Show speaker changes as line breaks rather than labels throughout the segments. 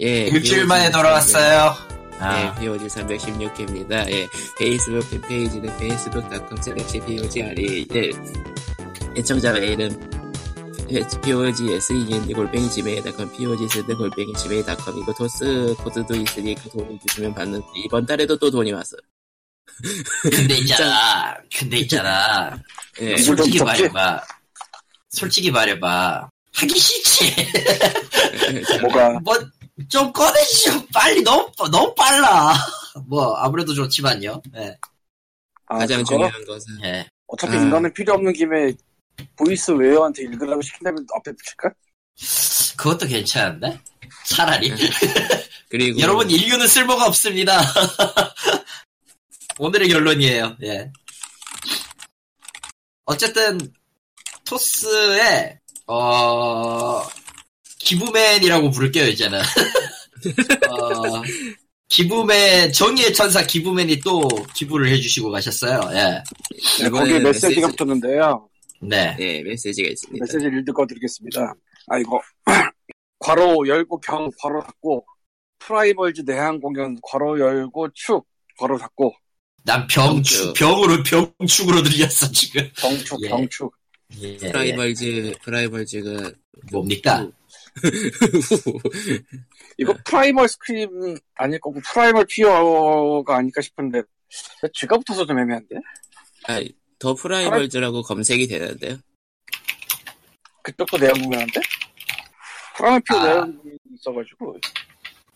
예.
네, 일주일 만에
비오지
돌아왔어요.
예,
아,
POG 316회입니다. 예, 페이스북 팬페이지는 facebook.com slash POG REL. 애청자 메일은 POG SEND 골뱅이 지메일.com, POG SEND 골뱅이 지메일.com이고, 토스 코드도 있으니까 그 돈을 주시면 받는, 이번 달에도 또 돈이 왔어.
근데 있잖아. 근데 있잖아.
예,
네.
솔직히
좀 적지?
말해봐. 솔직히 말해봐. 하기 싫지.
뭐가
뭐 좀 꺼내시죠. 빨리 너무 너무 빨라. 뭐 아무래도 좋지만요. 예.
아,
가장
그거?
중요한 것은,
예.
어차피
아.
인간은 필요 없는 김에 보이스 웨어한테 읽으라고 시킨다면 앞에 붙일까?
그것도 괜찮은데? 차라리.
그리고,
예. 여러분 인류는 쓸모가 없습니다. 오늘의 결론이에요. 예. 어쨌든 토스의 어 기부맨이라고 부를게요 이제는. 어, 기부맨 정의의 천사 기부맨이 또 기부를 해주시고 가셨어요. 예.
네, 거기에
이번에는
메시지가
메시지-
붙었는데요.
네.
예, 메시지가 있습니다.
메시지를 읽어드리겠습니다. 아 이거 괄호 열고 경 괄호 닫고 프라이벌즈 내한 공연 괄호 열고 축 괄호 닫고
난 병축
병축.
병으로 병축으로 들렸어 지금.
경축
예.
경축
예, 예.
프라이벌즈, 프라이벌즈가,
뭡니까?
이거 프라이멀 스크림 아닐 거고 프라이멀 피어가 아닐까 싶은데 쥐가 붙어서 좀 애매한데
아, 더 프라이벌즈라고 검색이 되는데요.
그쪽도 내한 공연인데 프라이멀 피어
아.
내한 공연이 있어가지고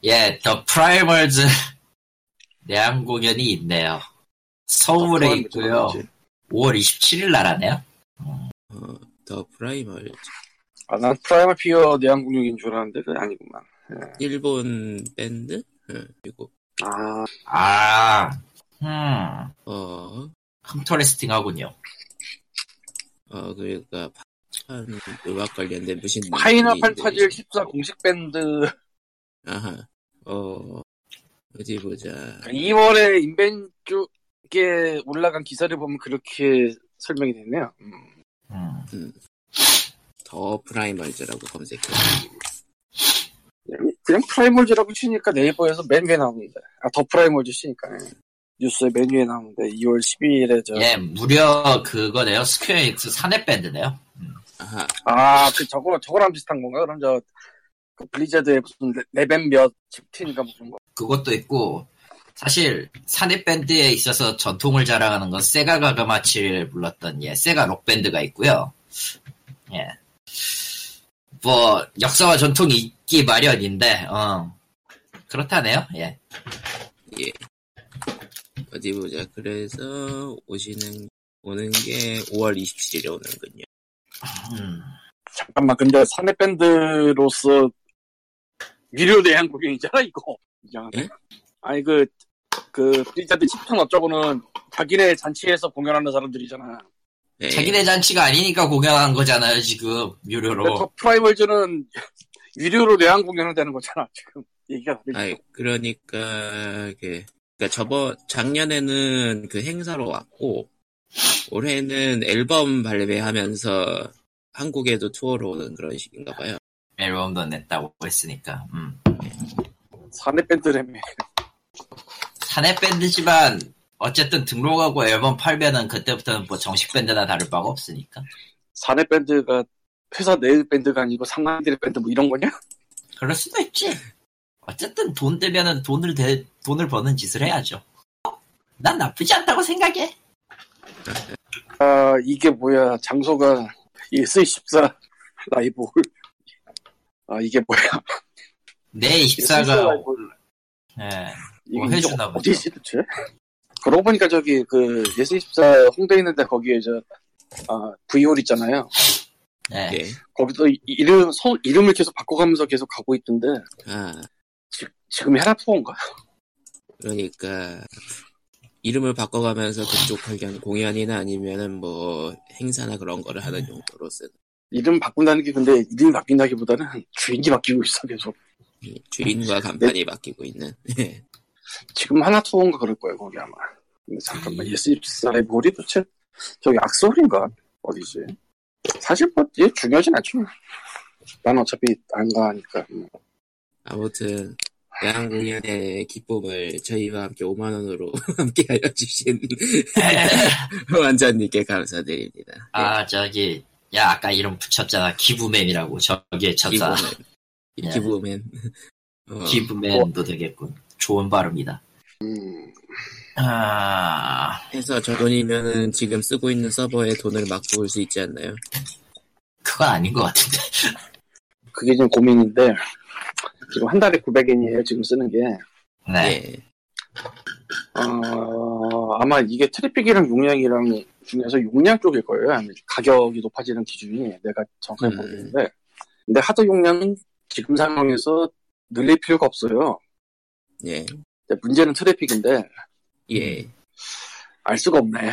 예, 더 프라이멀즈 내한 공연이 있네요. 서울에
아, 그건
있고요.
뭐지?
5월 27일 날 하네요.
어, 더 프라이멀
아, 난 프라이멀 피어 내한 공연인 줄 알았는데 그게 아니구만
일본 밴드 응, 그리고
아
아, 음,
어,
흠터레스팅 하군요.
어 그러니까 판 음악 관련된 무슨
파이널
일이
판타지
있는지.
14 공식 밴드
아하 어 어디 보자
2월에 인벤 쪽에 올라간 기사를 보면 그렇게 설명이 됐네요. 음.
음,
더 프라이멀즈라고 검색해
그냥- 그냥 프라이멀즈라고 치니까 네이버에서 맨 위에 나옵니다. 아, 더 프라이멀즈 치니까. 예. 뉴스에 맨 위에 나오는데 2월 12일에 저
예, 무려 그거네요. 스퀘어 엑스 사내 밴드네요.
아하
아, 그 저거 저거랑 비슷한 건가? 그럼 저그 블리자드의 무슨 레- 레벨 몇 집틴인가 무슨 거.
그것도 있고, 사실 사내 밴드에 있어서 전통을 자랑하는 건 세가가 가마치를 불렀던 예, 세가 록 밴드가 있고요. 예, 뭐 역사와 전통이 있기 마련인데, 어, 그렇다네요. 예.
어디 보자 그래서 오시는 오는 게 5월 27일에 오는군요
음,
잠깐만, 근데 사내 밴드로서 유료 내한 공연이잖아 이거. 이상하네.
예?
아니 그 그 블리자드 집탄 어쩌고는 자기네 잔치에서 공연하는 사람들이잖아.
예,
자기네 잔치가 아니니까 공연한 거잖아요, 지금.
근데
유료로.
더 프라이벌즈는 유료로 내한 공연을 되는 거잖아 지금 얘기가 다르죠.
아이, 그러니까 그 그러니까 저번 작년에는 그 행사로 왔고 올해는 앨범 발매하면서 한국에도 투어로 오는 그런 식인가 봐요.
앨범도 냈다고 했으니까. 음.
사내 밴드라며
사내 밴드지만, 어쨌든 등록하고 앨범 팔면은 그때부터는 뭐 정식 밴드나 다를 바가 없으니까.
사내 밴드가 회사 내 밴드가 아니고 상관들의 밴드 뭐 이런 거냐?
그럴 수도 있지. 어쨌든 돈 되면은 돈을 대, 돈을 버는 짓을 해야죠. 어? 난 나쁘지 않다고 생각해.
아 이게 뭐야 장소가 S24 라이브 홀. 아 이게 뭐야
내
S24
입사가, 어,
라이브 홀.
예.
이게
뭐 해주나
이게
보죠.
어디지 도대체? 그러고 보니까 저기 그 S24 홍대 있는데 거기에 저 아, V홀 있잖아요.
예.
예.
거기서 이- 이름 성 이름을 계속 바꿔가면서 계속 가고 있던데
아
지, 지금 헤라포인가?
그러니까 이름을 바꿔가면서 그쪽 관련 공연이나 아니면은 뭐 행사나 그런 거를 하는 용도로 쓰는
이름 바꾼다는 게 근데 이름이 바뀐다기보다는 주인이 바뀌고 있어 계속
이 주인과 간판이 바뀌고 있는. 예.
지금 하나 투어인가 그럴 거예요 거기 아마 근데 잠깐만 예스24의 머리 도대체 저기 악설인가 어디지 사실 뭐얘 중요하진 않죠 난 어차피 안 가니까 뭐.
아무튼 야한 공연의 기쁨을 저희와 함께 5만 원으로 함께 알려주신 완전님께 감사드립니다.
아 저기 야 아까 이름 붙였잖아 기부맨이라고 저기에 쳤다
기부맨.
예.
기부맨. 어,
기부맨도 되겠군 좋은 발음이다
음,
아
해서 저 돈이면은 지금 쓰고 있는 서버에 돈을 막 부을 수 있지 않나요?
그건 아닌 것 같은데
그게 좀 고민인데 지금 한 달에 900엔이에요 지금 쓰는 게
네
예.
어, 아마 이게 트래픽이랑 용량이랑 중에서 용량 쪽일 거예요 아마 가격이 높아지는 기준이 내가 정확히
음.
모르겠는데 근데 하드 용량은 지금 상황에서 늘릴 필요가 없어요
예.
근데 문제는 트래픽인데
예.
음,
알 수가 없네.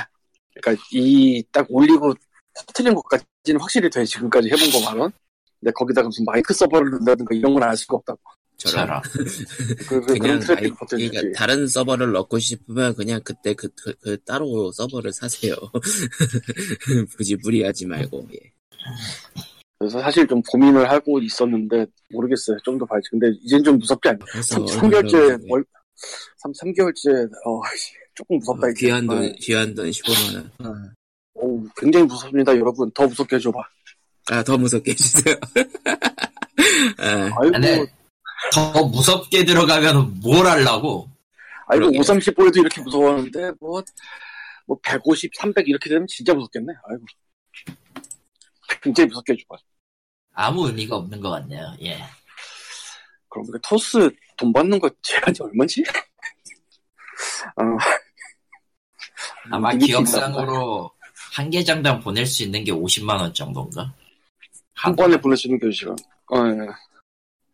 그러니까 이 딱 올리고 퍼뜨린 것까지는 확실히 돼 지금까지 해본 거만은. 근데 거기다가 무슨 마이크 서버를 넣는다든가 이런 건 알 수가 없다고.
저런.
그, 그,
그냥
런
아이,
트래픽 버튼이지.
그러니까 다른 서버를 넣고 싶으면 그냥 그때 그, 그, 그 따로 서버를 사세요. 굳이 무리하지 말고. 예.
그래서 사실 좀 고민을 하고 있었는데 모르겠어요. 좀 더 봐야지. 근데 이젠 좀 무섭지 않냐.
벌써
3,
얼마
개월째
넘었네.
월, 3, 삼개월째 어, 씨, 조금 무섭다
어,
이제.
귀한
아,
돈, 귀한 돈 15만 원.
어우, 굉장히 무섭습니다 여러분. 더 무섭게 해줘봐.
아, 더 무섭게 해주세요. 아,
아이고,
근데 더 무섭게 들어가면 뭘 하려고
아이고
그러게.
5, 30 볼도 이렇게 무서웠는데 뭐, 뭐 150, 300 이렇게 되면 진짜 무섭겠네. 아이고. 굉장히 무섭게 해줘봐.
아무 의미가 없는 것 같네요 예
그럼 그 토스 돈 받는 거 제한이 얼마지?
아마
되게
기억상으로 한 개 장당 보낼 수 있는 게 50만 원 정도인가?
아.
한 번에 보내주는 교시간 어, 예.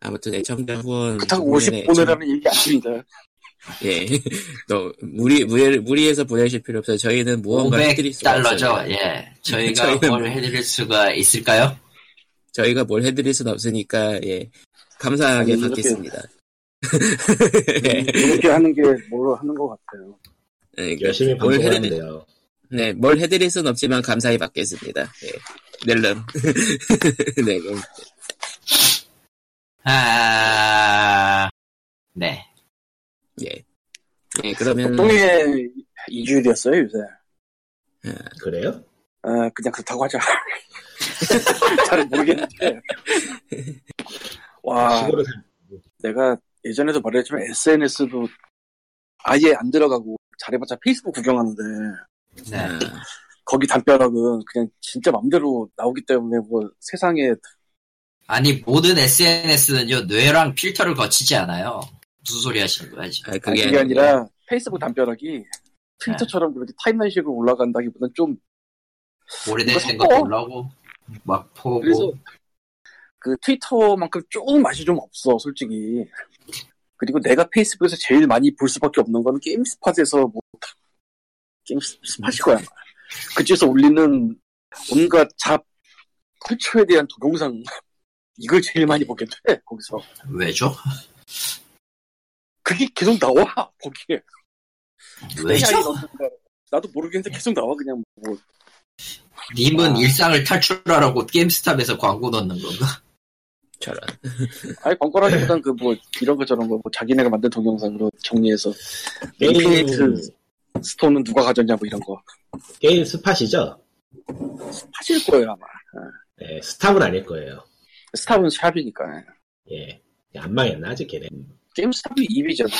아무튼 애청자 후원.
그렇다고 50 보내라는 얘기 아닙니다.
예. 너, 무리, 무리, 무리해서 보내실 필요 없어요. 저희는 무언가 해드릴
500
수가
달러죠.
없어요.
예, 저희가
저희는
뭘 해드릴 수가 있을까요?
저희가 뭘 해드릴 순 없으니까, 예. 감사하게
아니, 이렇게-
받겠습니다.
음,
예.
이렇게 하는 게 뭐로 하는 것 같아요.
예, 그러니까
열심히
뭘 해드릴-
방송하면 돼요.
네, 뭘 해드릴 순 없지만 감사히 받겠습니다. 예. 넬름. 네, 넬름.
아, 네.
예. 예,
음.
그러면.
동해 이주일이었어요 요새.
그래요?
아, 그냥 그렇다고 하자. 잘 모르겠는데. 와,
시골에 살-
내가 예전에도 말했지만 SNS도 아예 안 들어가고 잘해봤자 페이스북 구경하는데
네.
아,
거기 담벼락은 그냥 진짜 맘대로 나오기 때문에 뭐 세상에
아니 모든 SNS는요 뇌랑 필터를 거치지 않아요. 무슨 소리 하시는 거야 지금?
아,
아, 그게, 아니라 페이스북 담벼락이 필터처럼 그렇게 타임라인식으로 올라간다기보다는 좀
오래된
이거
것도
섞어.
올라오고 막
그래서
보고
그 트위터만큼 조금 맛이 좀 없어 솔직히 그리고 내가 페이스북에서 제일 많이 볼 수밖에 없는 거는 게임스팟에서 뭐 게임스팟일 거야 아마. 그쪽에서 올리는 온갖 잡 컬처에 대한 동영상 이걸 제일 많이 보게 돼 거기서
왜죠?
그게 계속 나와 거기에
왜죠?
나도 모르겠는데 계속 나와 그냥 뭐
님은
아.
일상을 탈출하라고 게임스탑에서 광고 넣는 건가?
저런.
아예 광고라기보단 그 뭐 이런 거 저런 거뭐 자기네가 만든 동영상으로 정리해서
게임,
인피니트 스톤은 누가 가졌냐 뭐 이런 거
게임 스팟이죠?
하실 거예요 아마
네, 스탑은 아닐 거예요.
스탑은 샵이니까
예. 안 망했나, 아직 걔네?
게임 스탑이 2위잖아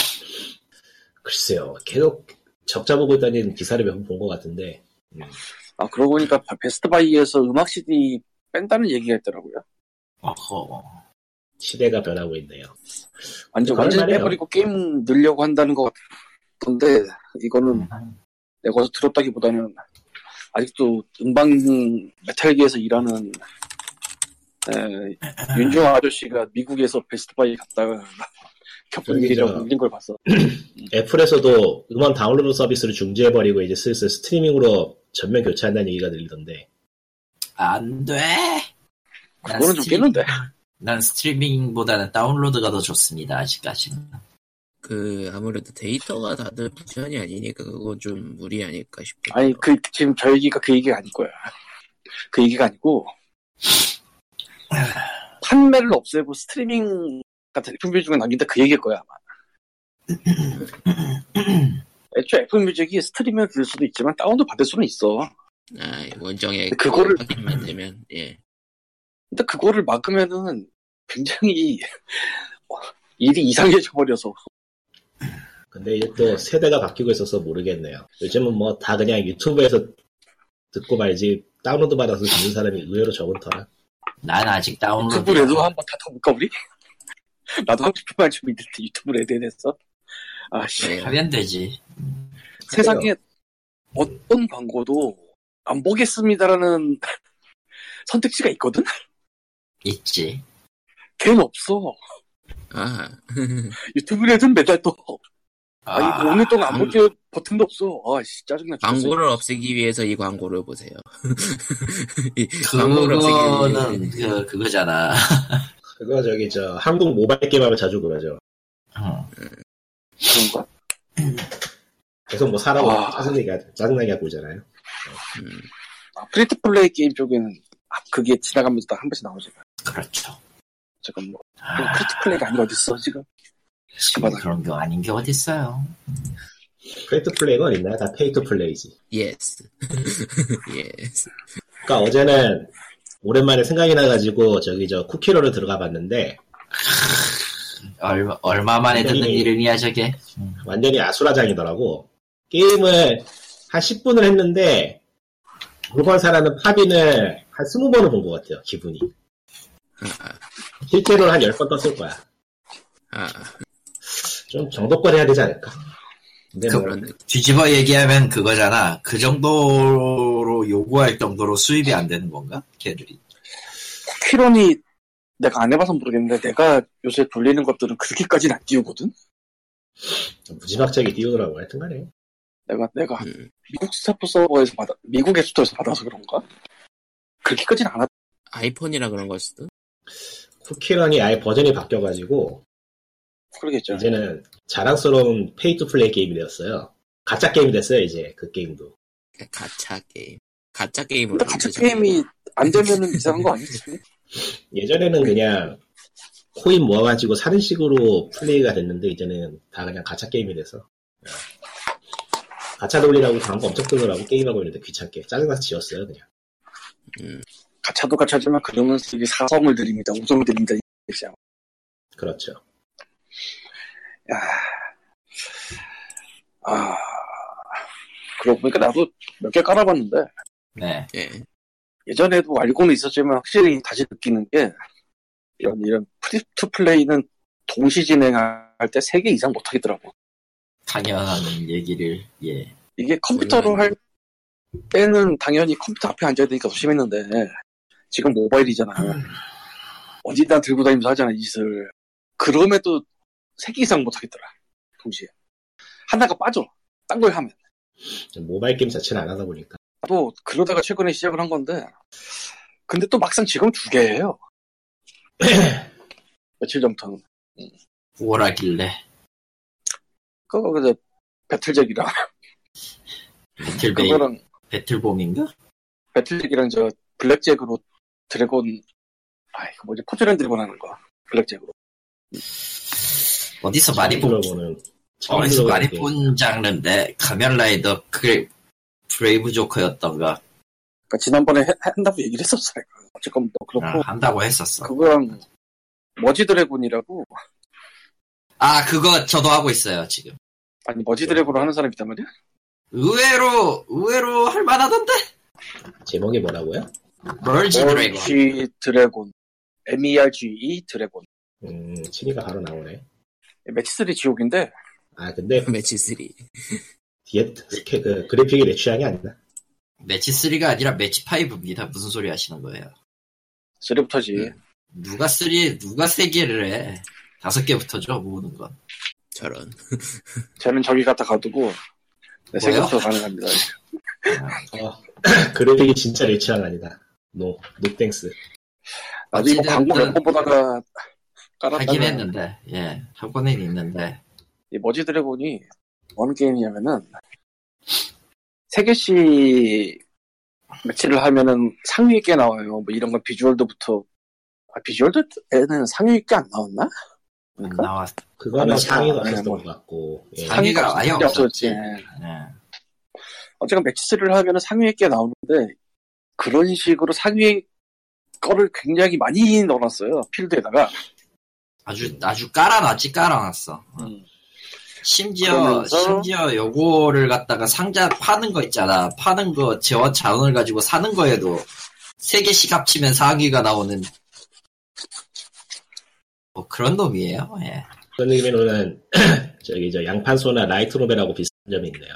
글쎄요. 계속 적자 보고 있다는 기사를 몇 번 본 것 같은데.
아 그러고 보니까 바- 베스트바이에서 음악 CD 뺀다는 얘기가 있더라고요
어허.
시대가 변하고 있네요.
완전
그럴
완전
말이에요.
빼버리고 게임 늘려고 한다는 것 같던데 이거는
음.
내가 어서 들었다기보다는 아직도 음방 메탈기에서 일하는 에, 윤종 아저씨가 미국에서 베스트바이 갔다가 겪은
저기 저-
일이라고 올린 걸 봤어
애플에서도 음원 다운로드 서비스를 중지해버리고 이제 슬슬 스트리밍으로 전면 교체한다는 얘기가 들리던데.
안 돼. 난
그거는 좀
스트리밍-
깨는데
난 스트리밍보다는 다운로드가 더 좋습니다. 아직까지는.
그, 아무래도 데이터가 다들 부천이 아니니까 그건 좀 무리 아닐까 싶어요.
아니 그 지금 저 얘기가 그 얘기가 아닐 거야. 그 얘기가 아니고 판매를 없애고 스트리밍 아까 애플 뮤직을 남긴다 그 얘기일 거야 아마. 애초에 애플 뮤직이 스트리밍을 들 수도 있지만 다운도 받을 수는 있어.
아, 원정에
그거를-
확인만 되면 예.
근데 그거를 막으면은 굉장히 일이 이상해져 버려서
근데 이제 또 세대가 바뀌고 있어서 모르겠네요. 요즘은 뭐 다 그냥 유튜브에서 듣고 말지 다운로드 받아서 듣는 사람이 의외로 적은더라.
난 아직
유
다운로드.
튜브레도 한번 다 타볼까 우리? 나도 하고 싶은 말 좀 있는데 유튜브 레드에 대해서 아씨
예.
하면 되지.
세상에 어떤 광고도 안 보겠습니다라는 선택지가 있거든?
있지.
걔는 없어
아,
유튜브 레드는 매달 또 아니
아,
오늘 동안 안 볼게요 버튼도 없어 아씨 짜증나 죽겠어.
광고를 없애기 위해서 이 광고를 보세요. 이 광고를 없애기
그거는
위해
그 그거잖아.
그거 저기 저 한국 모바일 게임 하면 자주 그러죠.
어.
그런가?
계속 뭐 사라고
아.
짜증나게, 짜증나게 하고 오잖아요.
음,
아, 프리트 플레이 게임 쪽에는 아, 그게 지나가면서 딱 한 번씩 나오지
그렇죠.
잠깐 뭐
아,
프리트 플레이가 아니라 어딨어 지금
지금 그런 거 아닌 게 어딨어요.
페이트 플레이가 있나요? 다 페이트 플레이지.
예스. 예스.
그러니까 어제는 오랜만에 생각이 나가지고 저기 저 쿠키로를 들어가 봤는데
얼마 얼마 만에 듣는
네.
이름이야 저게.
완전히 아수라장이더라고. 게임을 한 10분을 했는데 물건 사라는 파빈을 한 20번을 본 것 같아요. 기분이.
아,
실제로는 한 10번 떴을 거야.
아,
좀 정도권 해야 되지 않을까? 근데 뭐
그런 느낌.
뒤집어 얘기하면 그거잖아. 그 정도로 요구할 정도로 수입이 안 되는 건가? 걔들이.
쿠키런이 내가 안 해봐서 모르겠는데 내가 요새 돌리는 것들은 그렇게까지는 안 띄우거든
좀 무지막지하게 띄우더라고 하여튼간에.
내가 내가
음.
미국 스타프 서버에서 받아 미국 앱스토어에서 받아서 그런가 그렇게까지는 안 하다
아이폰이라 그런 걸 수도?
쿠키런이 아예 버전이 바뀌어가지고
네.
그러겠죠
이제는 자랑스러운 페이 투 플레이 게임이 되었어요. 가짜 게임이 됐어요 이제 그 게임도.
가짜 게임. 가짜 게임으로.
근데 같이 게임이 안 되면은 이상한 거 아니지
예전에는 그냥 코인 모아가지고 사는 식으로 플레이가 됐는데 이제는 다 그냥 가짜 게임이 돼서 가짜 돌리라고 광고 엄청 뜨더라고 게임하고 있는데 귀찮게 짜증나서 지웠어요 그냥.
가차도 가차지만 그놈은 되게 사성을 드립니다 우성을 드립니다 이 얘기야
그렇죠.
아 그러고 보니까 나도 몇 개 깔아봤는데
네.
예.
예전에도 알고는 있었지만 확실히 다시 느끼는 게 이런 이런 프리투 플레이는 동시 진행할 때 3개 이상 못 하겠더라고.
당연한 얘기를 예.
이게 컴퓨터로 할 때는 당연히 컴퓨터 앞에 앉아야 되니까 조심했는데 지금 모바일이잖아. 어디다 들고 다니면서 하잖아 이 짓을. 그럼에도 3개 이상 못 하겠더라. 동시에. 하나가 빠져. 딴 걸 하면.
모바일 게임 자체를 안 하다 보니까
또 그러다가 최근에 시작을 한 건데 근데 또 막상 지금 두 개예요. 며칠 전부터는.
뭐라길래
그거 근데 배틀잭이랑
배틀베이
그거랑
배틀봄인가?
배틀잭이랑 저 블랙잭으로 드래곤 아 이거 뭐지 포즈랜 드래곤 하는 거 블랙잭으로
어디서 많이 본
들어보는 처음
어디서
들어보는
많이
게임.
본 장르인데 가면라이더 그 브레이브 조커였던가
그러니까 지난번에 해- 한다고 얘기를 했었어요 어쨌건 뭐
아,
그렇고
한다고 했었어.
그거랑 머지 드래곤이라고
아 그거 저도 하고 있어요 지금.
아니 머지 드래곤으로 하는 사람이 있단 말이야
의외로 의외로 할 만하던데.
제목이 뭐라고요?
멀지
어,
드래곤.
머지 드래곤 M E R G E 드래곤
음 취미가 바로 나오네.
매치3 지옥인데
아 근데
매치 3.
뒤에 그, 그 그래픽이 내 취향이 아니다.
매치 3가 아니라 매치 5입니다. 무슨 소리 하시는 거예요? 네.
3부터지
누가 3 누가 세 개를 해? 다섯 개부터죠 모으는 건.
저런.
쟤는 저기 갖다 가두고 네,
뭐요?
세계부터 가능합니다
어, 그래픽이 진짜 내 취향 아니다. 노, 노 땡스.
나도 이거
아, 어찌됐든-
뭐 광고 몇 번 보다가
하긴
깔았다가
했는데 예 하고는 있는데
이 머지 드래곤이 어느 게임이냐면은 세 개씩 매치를 하면은 상위 있게 나와요. 뭐 이런 건 비주얼도부터 아, 비주얼도 에는 상위 있게 안 나왔나?
안
그러니까
나왔.
그거는
아마
상의가
다- 네,
없었던
뭐.
것 같고 예.
상- 상위가 음, 아예
없었지.
없었지.
예.
예.
어쨌건 맥시스를 하면은 상위에 꽤 나오는데 그런 식으로 상위에 거를 굉장히 많이 넣어놨어요 필드에다가
아주 아주 깔아놨지 깔아놨어. 심지어
그러면서-
심지어 요거를 갖다가 상자 파는 거 있잖아. 파는 거 재원 자원을 가지고 사는 거에도 세 개씩 합치면 4기가 나오는 뭐 그런 놈이에요. 예.
그런 의미로는 저기 저 양판소나 라이트 노벨하고 비슷한 점이 있네요.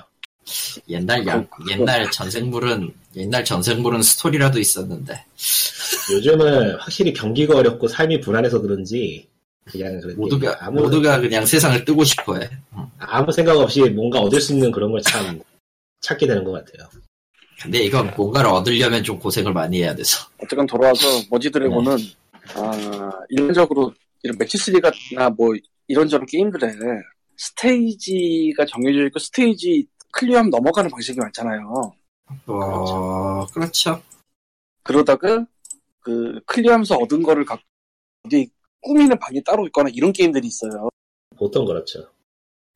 옛날 양,
어,
옛날 전생물은 옛날 전생물은 스토리라도 있었는데
요즘은 확실히 경기가 어렵고 삶이 불안해서 그런지 그냥 그렇게
예,
모두가
아무
모두가 그냥 세상을 뜨고 싶어해.
아무 생각 없이 뭔가 얻을 수 있는 그런 걸 참 찾게 되는 것 같아요.
근데 이건 뭔가를 얻으려면 좀 고생을 많이 해야 돼서.
어쨌건 돌아와서 머지 드래곤은 아 일반적으로 이런 맥시스리가나 뭐 이런저런 게임들에 스테이지가 정해져 있고 스테이지 클리어하면 넘어가는 방식이 많잖아요
어, 그렇죠.
그러다가 그 클리어하면서 얻은 거를 갖고 어디 꾸미는 방이 따로 있거나 이런 게임들이 있어요.
보통 그렇죠.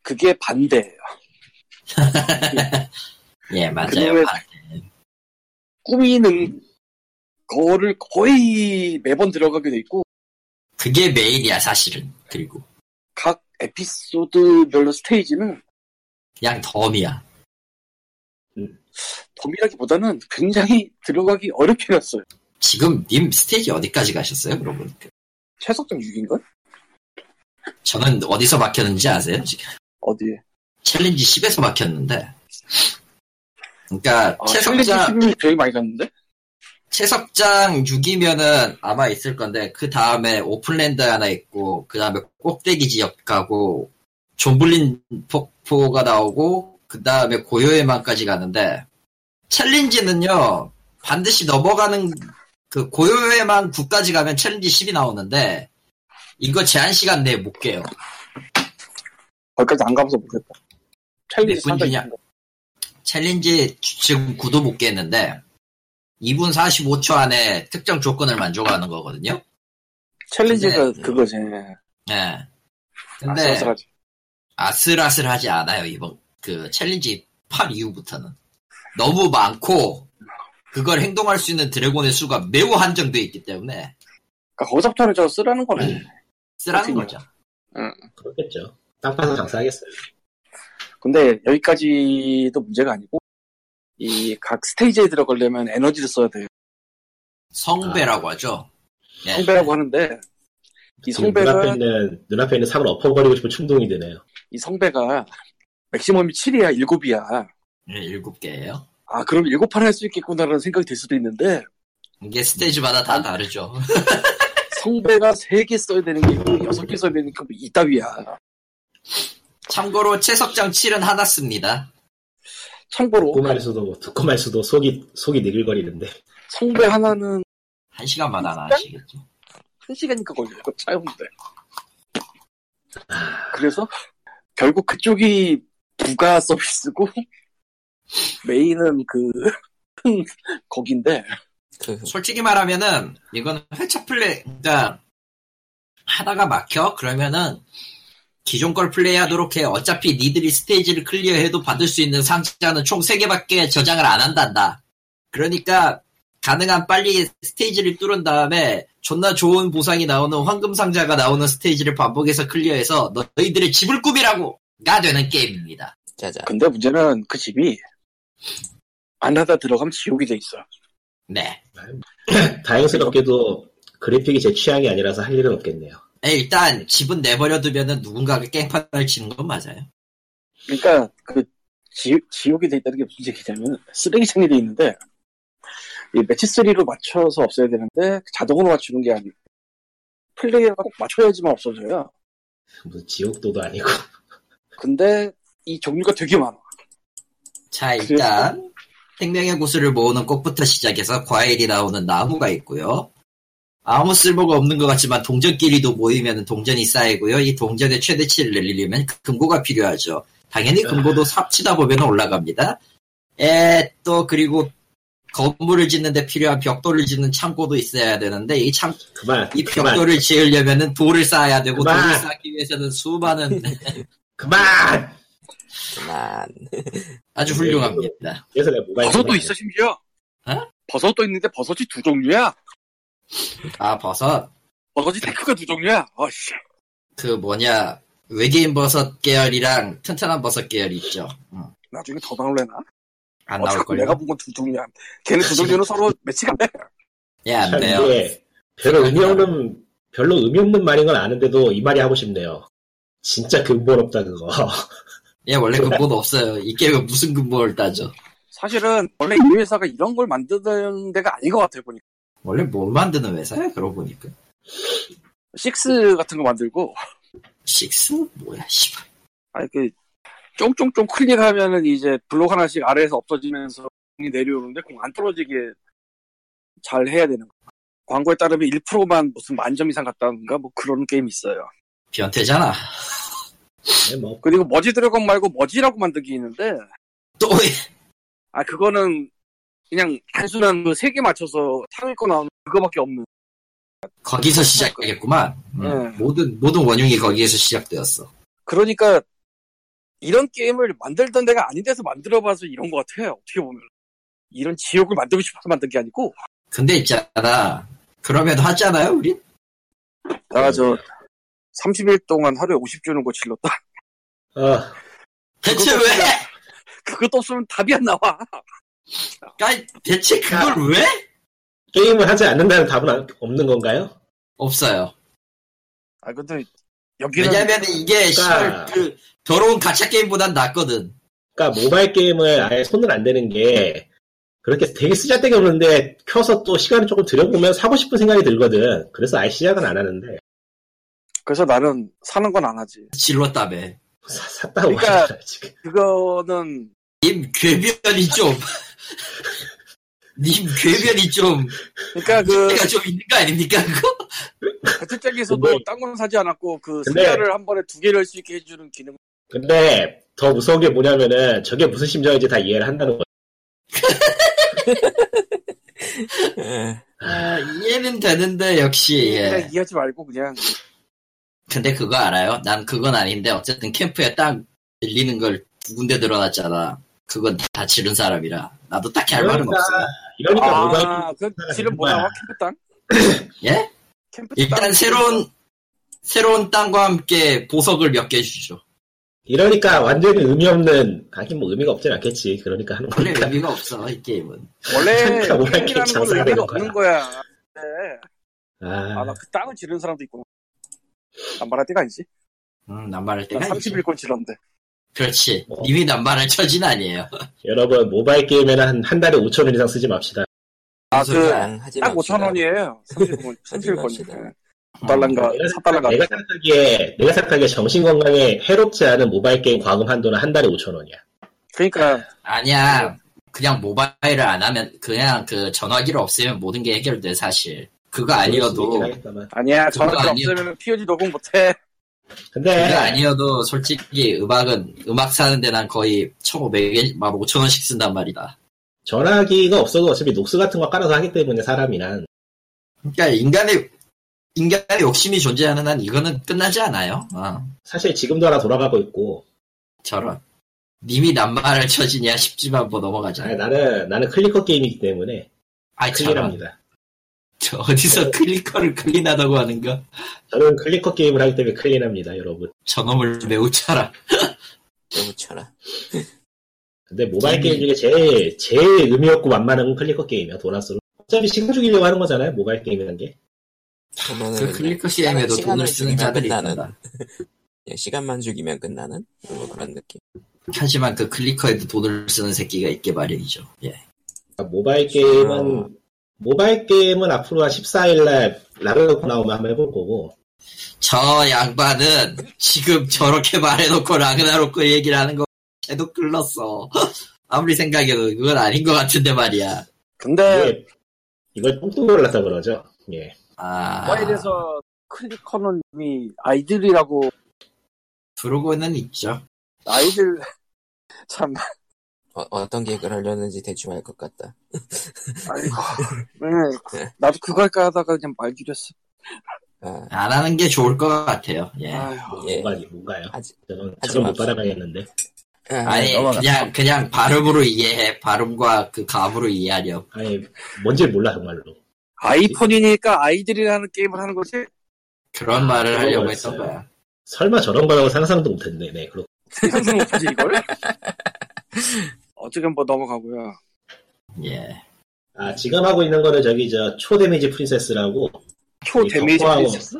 그게 반대예요.
예, 맞아요.
그놈의 꾸미는 거를 거의 매번 들어가게 돼 있고
그게 메인이야 사실은. 그리고
각 에피소드별로 스테이지는
그냥 덤이야.
범위라기보다는 굉장히 들어가기 어렵게 났어요.
지금 님 스테이지 어디까지 가셨어요? 그러고 보니까.
최석정 6인가?
저는 어디서 막혔는지 아세요? 지금
어디에?
챌린지 10에서 막혔는데. 그러니까
아,
채석자 네.
챌린지 10이 제일 많이 갔는데?
채석장 6이면은 아마 있을 건데 그 다음에 오픈랜드 하나 있고 그 다음에 꼭대기 지역 가고 존블린 폭포가 나오고 그 다음에 고요의 망까지 가는데 챌린지는요 반드시 넘어가는 그 고요의 망 9까지 가면 챌린지 10이 나오는데 이거 제한 시간 내에 못 깨요.
거기까지 안 가봐서 모르겠다. 챌린지
몇분
3장
주냐? 챌린지 지금 9도 못 깼는데 2분 45초 안에 특정 조건을 만족하는 거거든요.
챌린지가
근데- 네.
그거지.
예. 근데
아슬아슬하지.
아슬아슬하지 않아요 이번 그 챌린지 8 이후부터는 너무 많고 그걸 행동할 수 있는 드래곤의 수가 매우 한정돼 있기 때문에
그러니까 거기서부터는 저 쓰라는 거네.
쓰라는
그렇군요.
거죠.
그렇겠죠. 땅 파서 장사하겠어요.
근데 여기까지도 문제가 아니고 이 각 스테이지에 들어가려면 에너지를 써야 돼요.
성배라고 하죠. 네.
아. 성배라고 하는데 이
지금 눈앞에
성배가
있는 눈앞에 있는 상을 엎어버리고 싶은 충동이 드네요.
이 성배가 맥시멈이 7이야, 7이야.
네, 일곱 개예요.
아, 그럼 7판 할 수 있겠구나라는 생각이 들 수도 있는데
이게 스테이지마다 다 다르죠.
성배가 3개 써야 되는 게 있고 6개 써야 되는 게 있고 이따위야.
참고로 채석장 7은 하나 씁니다.
참고로
듣고 말수도 듣고 말수도 속이 속이 니글거리는데
성배 하나는
한 시간마다 하나 하시겠죠.
1시간인가 걸려요. 차용돼.
아,
그래서 결국 그쪽이 부가 서비스고 메인은 그 거긴데
그,
솔직히 말하면은 이건 회차 플레이 그러니까 하다가 막혀 그러면은 기존 걸 플레이하도록 해 어차피 니들이 스테이지를 클리어해도 받을 수 있는 상자는 총 3개밖에 저장을 안 한단다 그러니까 가능한 빨리 스테이지를 뚫은 다음에 존나 좋은 보상이 나오는 황금 상자가 나오는 스테이지를 반복해서 클리어해서 너- 너희들의 집을 꾸미라고 가 되는 게임입니다
짜자.
근데 문제는 그 집이 안 하다 들어가면 지옥이 돼 있어.
네
다행스럽게도 그래픽이 제 취향이 아니라서 할 일은 없겠네요.
네, 일단 집은 내버려두면은 누군가가 깽판을 치는 건 맞아요
그러니까 그 지, 지옥이 돼 있다는 게 무슨 얘기냐면 쓰레기장이 돼 있는데 이 매치 3로 맞춰서 없애야 되는데 자동으로 맞추는 게 아니고 플레이어가 꼭 맞춰야지만 없어져요.
무슨 지옥도도 아니고
근데 이 종류가 되게 많아.
자 일단 생명의 구슬을 모으는 꽃부터 시작해서 과일이 나오는 나무가 있고요. 아무 쓸모가 없는 것 같지만 동전끼리도 모이면 동전이 쌓이고요. 이 동전의 최대치를 늘리려면 그 금고가 필요하죠.
네.
당연히 금고도 삽치다 보면 올라갑니다. 에, 또 그리고 건물을 짓는데 필요한 벽돌을 짓는 창고도 있어야 되는데 이 창,
그만,
이
그만,
벽돌을 지으려면은 돌을 쌓아야 되고
그만.
돌을 쌓기 위해서는 수많은
그만!
그만.
아주 훌륭합니다.
그래서 내가 모바일
버섯도
게임을
있어 심지어.
어?
버섯도 있는데 버섯이 두 종류야.
아 버섯
버섯이 테크가 두 종류야. 아씨.
그 뭐냐 외계인 버섯 계열이랑 튼튼한 버섯 계열이 있죠. 응.
나중에 더 나올래나?
안 나올
어차피 내가
걸요.
본 건 두 종류야. 걔네 두 종류는 서로 매치가 안 돼.
예안
하는데
돼요.
별로 의미 없는 별로 의미 없는 말인 건 아는데도 이 말이 하고 싶네요. 진짜 근본 없다 그거.
예 원래 근본 없어요. 이 게임에 무슨 근본을 따져?
사실은 원래 이 회사가 이런 걸 만드는 데가 아닌 것 같아요 보니까.
원래 뭘 만드는 회사야? 그러고 보니까
식스 같은 거 만들고
식스 뭐야 씨발.
아니 그 쫑쫑쫑 클릭하면은 이제 블록 하나씩 아래에서 없어지면서 공이 내려오는데 공 안 떨어지게 잘 해야 되는 거. 광고에 따르면 1%만 무슨 만점 이상 갔다든가 뭐 그런 게임 있어요.
변태잖아.
네, 뭐
그리고 머지 드래곤 말고 머지라고 만들기 있는데
또
아 그거는 그냥 단순한 그 세 개 맞춰서 상을 거 나오는 그거밖에 없는
거기서 시작하겠구만. 음.
음.
모든 모든 원흉이 거기에서 시작되었어.
그러니까 이런 게임을 만들던 데가 아닌 데서 만들어봐서 이런 것 같아요. 어떻게 보면 이런 지옥을 만들고 싶어서 만든 게 아니고
근데 있잖아. 그럼에도 하잖아요, 우리?
나 아, 저 30일 동안 하루에 50 주는 거 질렀다.
아,
대체 왜?
그것도 없으면 답이 안 나와.
아니, 대체 그걸 왜?
게임을 하지 않는다는 답은 안- 없는 건가요?
없어요.
아 근데 여기는
왜냐면 이게, 씨발, 그러니까 그, 더러운 가챠 게임보단 낫거든.
그러니까 모바일 게임을 아예 손을 안 대는 게 그렇게 되게 쓰잘데기 없는데 켜서 또 시간을 조금 들여보면 사고 싶은 생각이 들거든. 그래서 아예 시작은 안 하는데
그래서 나는 사는 건 안 하지.
질렀다며.
사- 샀다고
그러니까-
하잖아 지금.
그거는
님 괴변이 좀. 님 괴변이 좀.
그러니까 그
문제가 좀 있는 거 아닙니까, 그거?
배틀장에서도 뭐
근데-
딴건 사지 않았고 그
근데-
승자를 한 번에 두 개를 할수 있게 해주는 기능.
근데 더 무서운 게 뭐냐면은 저게 무슨 심정인지 다 이해를 한다는 거야.
예.
아, 이해는 되는데, 역시,
그냥
예.
이해하지 말고 그냥
근데 그거 알아요? 난 그건 아닌데, 어쨌든 캠프에 딱 밀리는 걸 두 군데 늘어났잖아. 그건 다 지른 사람이라. 나도 딱히 할 말은
그러니까-
없어.
이러니까 모바일
아그 지금 뭐 나와 캠프 땅?
예?
캠프 땅?
일단 새로운, 새로운 땅과 함께 보석을 몇 개 주죠.
이러니까 완전히 의미 없는 하긴 뭐 의미가 없진 않겠지 그러니까 하는
원래
거니까
의미가 없어, 이 게임은.
원래
그러니까 뭐야,
캠이라는
장사가
건 의미가
되는
없는 거야. 네.
아,
아나 그 땅을 지르는 사람도 있구나. 남발할 때가 아니지.
음, 남발할
난
때가 아니지.
30일권 지렀는데.
그렇지.
어.
이미 남발할 처진 아니에요.
여러분 모바일 게임에는 한, 한 달에 5천 원 이상 쓰지 맙시다
아그
그냥
네.
하지
딱
맙시다.
5천 원이에요. 30권, 30권인데. 5달러인가,
내가
4달러인가.
내가 생각하기에 내가 생각하기에 정신건강에 해롭지 않은 모바일 게임 과금 한도는 한 달에 5천 원이야
그러니까,
아니야. 그냥 모바일을 안 하면, 그냥 그 전화기를 없애면 모든 게 해결돼, 사실. 그거 아니어도,
아니야.
그거
전화기
아니에요.
없으면 POG 녹음 못해.
근데
그게 아니어도 솔직히 음악은, 음악 사는데 난 거의 1,500엔, 막 5,000원씩 쓴단 말이다.
전화기가 없어도 어차피 녹스 같은 거 깔아서 하기 때문에 사람이란
그러니까 인간의, 인간의 욕심이 존재하는 한 이거는 끝나지 않아요. 어.
사실 지금도 하나 돌아가고 있고
저런. 님이 남발을 쳐지냐 싶지만 뭐 넘어가자.
아니,
네,
나는 나는 클리커 게임이기 때문에
아이, 저런.
클린합니다
저 어디서 클리커를 클린하다고 하는가?
저는 클리커 게임을 하기 때문에 클린합니다 여러분
저놈을 매우 차라.
너무 쳐라.
근데
음.
모바일
게임이-
게임 중에 제일 제일 의미 없고 만만한 건 클리커 게임이야 돈아스로 어차피 시간 죽이려고 하는 거잖아요 모바일 게임이란 게
돈은
그 클리커 시험에도
네, 시간을
돈을 쓰는
죽이면
자들이
끝나는.
있다.
그냥 시간만 죽이면 끝나는 뭐 그런 느낌.
하지만 그 클리커에도 돈을 쓰는 새끼가 있게 마련이죠. 예.
그러니까 모바일 게임은
아.
모바일 게임은 앞으로 한 14일날 라그나로크 나오면 한번 해볼 거고
저 양반은 지금 저렇게 말해놓고 라그나로크 얘기를 하는 거 계속 글렀어. 아무리 생각해도 그건 아닌 것 같은데 말이야.
네.
근데,
이게 이걸 뚱뚱 골라서 그러죠 예
아,
모바에 대해서 클리커는 이미 아이들이라고,
부르고는 있죠.
아이들, 참,
어, 떤 계획을 하려는지 대충 알 것 같다.
아이고. 네. 나도 그거 할까 하다가 그냥 말 줄였어.
아,
안 하는 게 좋을 것 같아요. 예.
아휴.
예.
뭔가 뭔가요?
아직-
저는
아직
저는 못
없어.
받아가겠는데.
아니
네, 넘어가.
그냥 그냥 발음으로 이해해. 발음과 그 감으로 이해하렴.
아니 뭔지 몰라 정말로.
아이폰이니까 아이들이라는 게임을 하는 거지?
그런 말을 하려고
그거였어요.
했던 거야.
설마 저런 거라고 상상도 못했네. 네 그렇고
상상 못하지, 이걸? 어쨌든 뭐 넘어가고요.
예.
아 지금 하고 있는 거는 저기 저 초데미지 프린세스라고
초
이
데미지
덕후하고-
프린세스?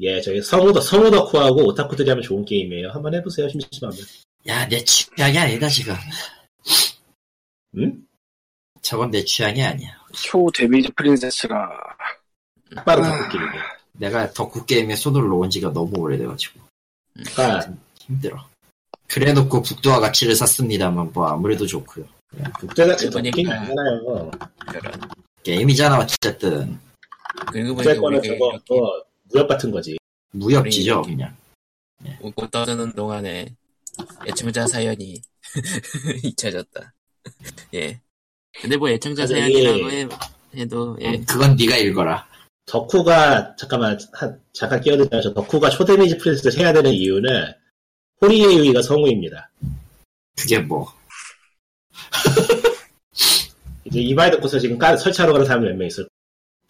예 저기 성우 성우 덕후하고 오타쿠들이 하면 좋은 게임이에요. 한번 해보세요 심심하면.
야 내 취향이 아니다 지금.
응?
저건 내 취향이 아니야.
초 데미지 프린세스라.
바로 덕후 게임이에요.
내가 덕후 게임에 손을 놓은 지가 너무 오래돼가지고
그러니까
힘들어. 그래놓고 북도와 가치를 샀습니다만 뭐 아무래도 좋고요.
국제 자체 덕후
그분이-
게임 아니잖아요.
게임이잖아 어쨌든
그리고
국제
보니까
거는
우리
저거 뭐 무협 같은 거지.
무협지죠 그냥.
웃고 떠드는 동안에 애청자 사연이 잊혀졌다. 예. 근데 뭐 애청자
근데
사연이라고
이게-
해, 해도 예.
음, 그건 네가 읽어라.
덕후가 잠깐만 한, 잠깐 끼어들자면 저 덕후가 초데미지 프린세스 해야 되는 이유는 호리의 유이가 성우입니다.
그게 뭐
이제 이 말 듣고서 지금 까, 설치하러 가는 사람이 몇 명 있을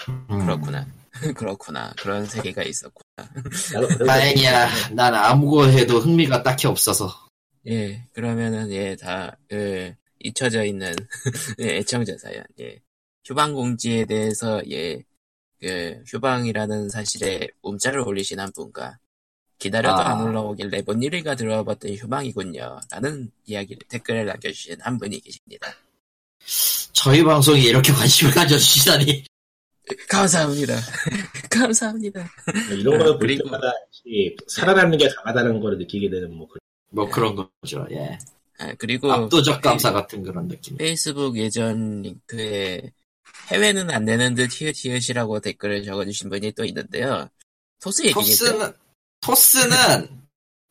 음,
그렇구나. 그렇구나. 그런 세계가 있었구나.
나도 그런
다행이야. 난 아무거 해도 흥미가 딱히 없어서.
예. 그러면은 예, 다 예, 잊혀져 있는 예, 애청자 사연. 예. 휴방 공지에 대해서 예. 그 휴방이라는 사실에 움짤을 올리신 한 분과 기다려도
아.
안 올라오길래 뭔 일인가 들어봤더니 휴방이군요. 라는 이야기를 댓글에 남겨주신 한 분이 계십니다.
저희 방송에 이렇게 관심을 가져주시다니.
감사합니다. 감사합니다.
뭐 이런 거를 볼
그리고-
때마다 역시 살아남는 게 강하다는 걸 느끼게 되는 뭐 그런
뭐 그런 거죠. 예.
아, 그리고
압도적 감사 같은 그런 느낌.
페이스북 예전 링크에 해외는 안 되는 듯 히읗히읗이라고 댓글을 적어주신 분이 또 있는데요. 토스 얘기겠죠?
토스는 토스는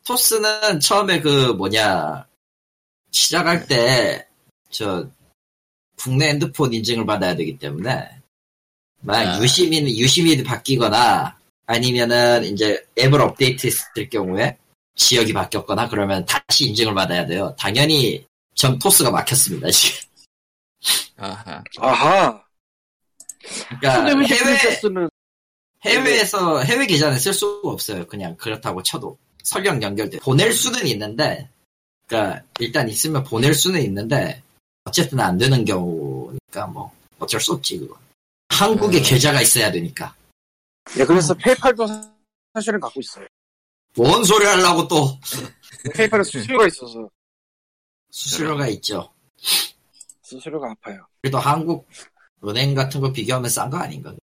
토스는 처음에 그 뭐냐 시작할 때 저 국내 핸드폰 인증을 받아야 되기 때문에 막
아.
유심인 유심이 바뀌거나 아니면은 이제 앱을 업데이트했을 경우에 지역이 바뀌었거나 그러면 다시 인증을 받아야 돼요. 당연히 전 토스가 막혔습니다 지금.
아하.
아하. 초
그러니까
데미지
해외
프린세스는
해외에서 해외 계좌는 쓸 수가 없어요. 그냥 그렇다고 쳐도 설령 연결돼 보낼 수는 있는데, 그러니까 일단 있으면 보낼 수는 있는데 어쨌든 안 되는 경우니까 뭐 어쩔 수 없지 그거. 한국에
음.
계좌가 있어야 되니까.
예, 그래서 페이팔도 사- 사실은 갖고 있어요.
뭔 소리 하려고 또
페이팔은 수수료가 있어서
수수료가 있죠.
수수료가 아파요.
그래도 한국 은행 같은 거 비교하면 싼 거 아닌가?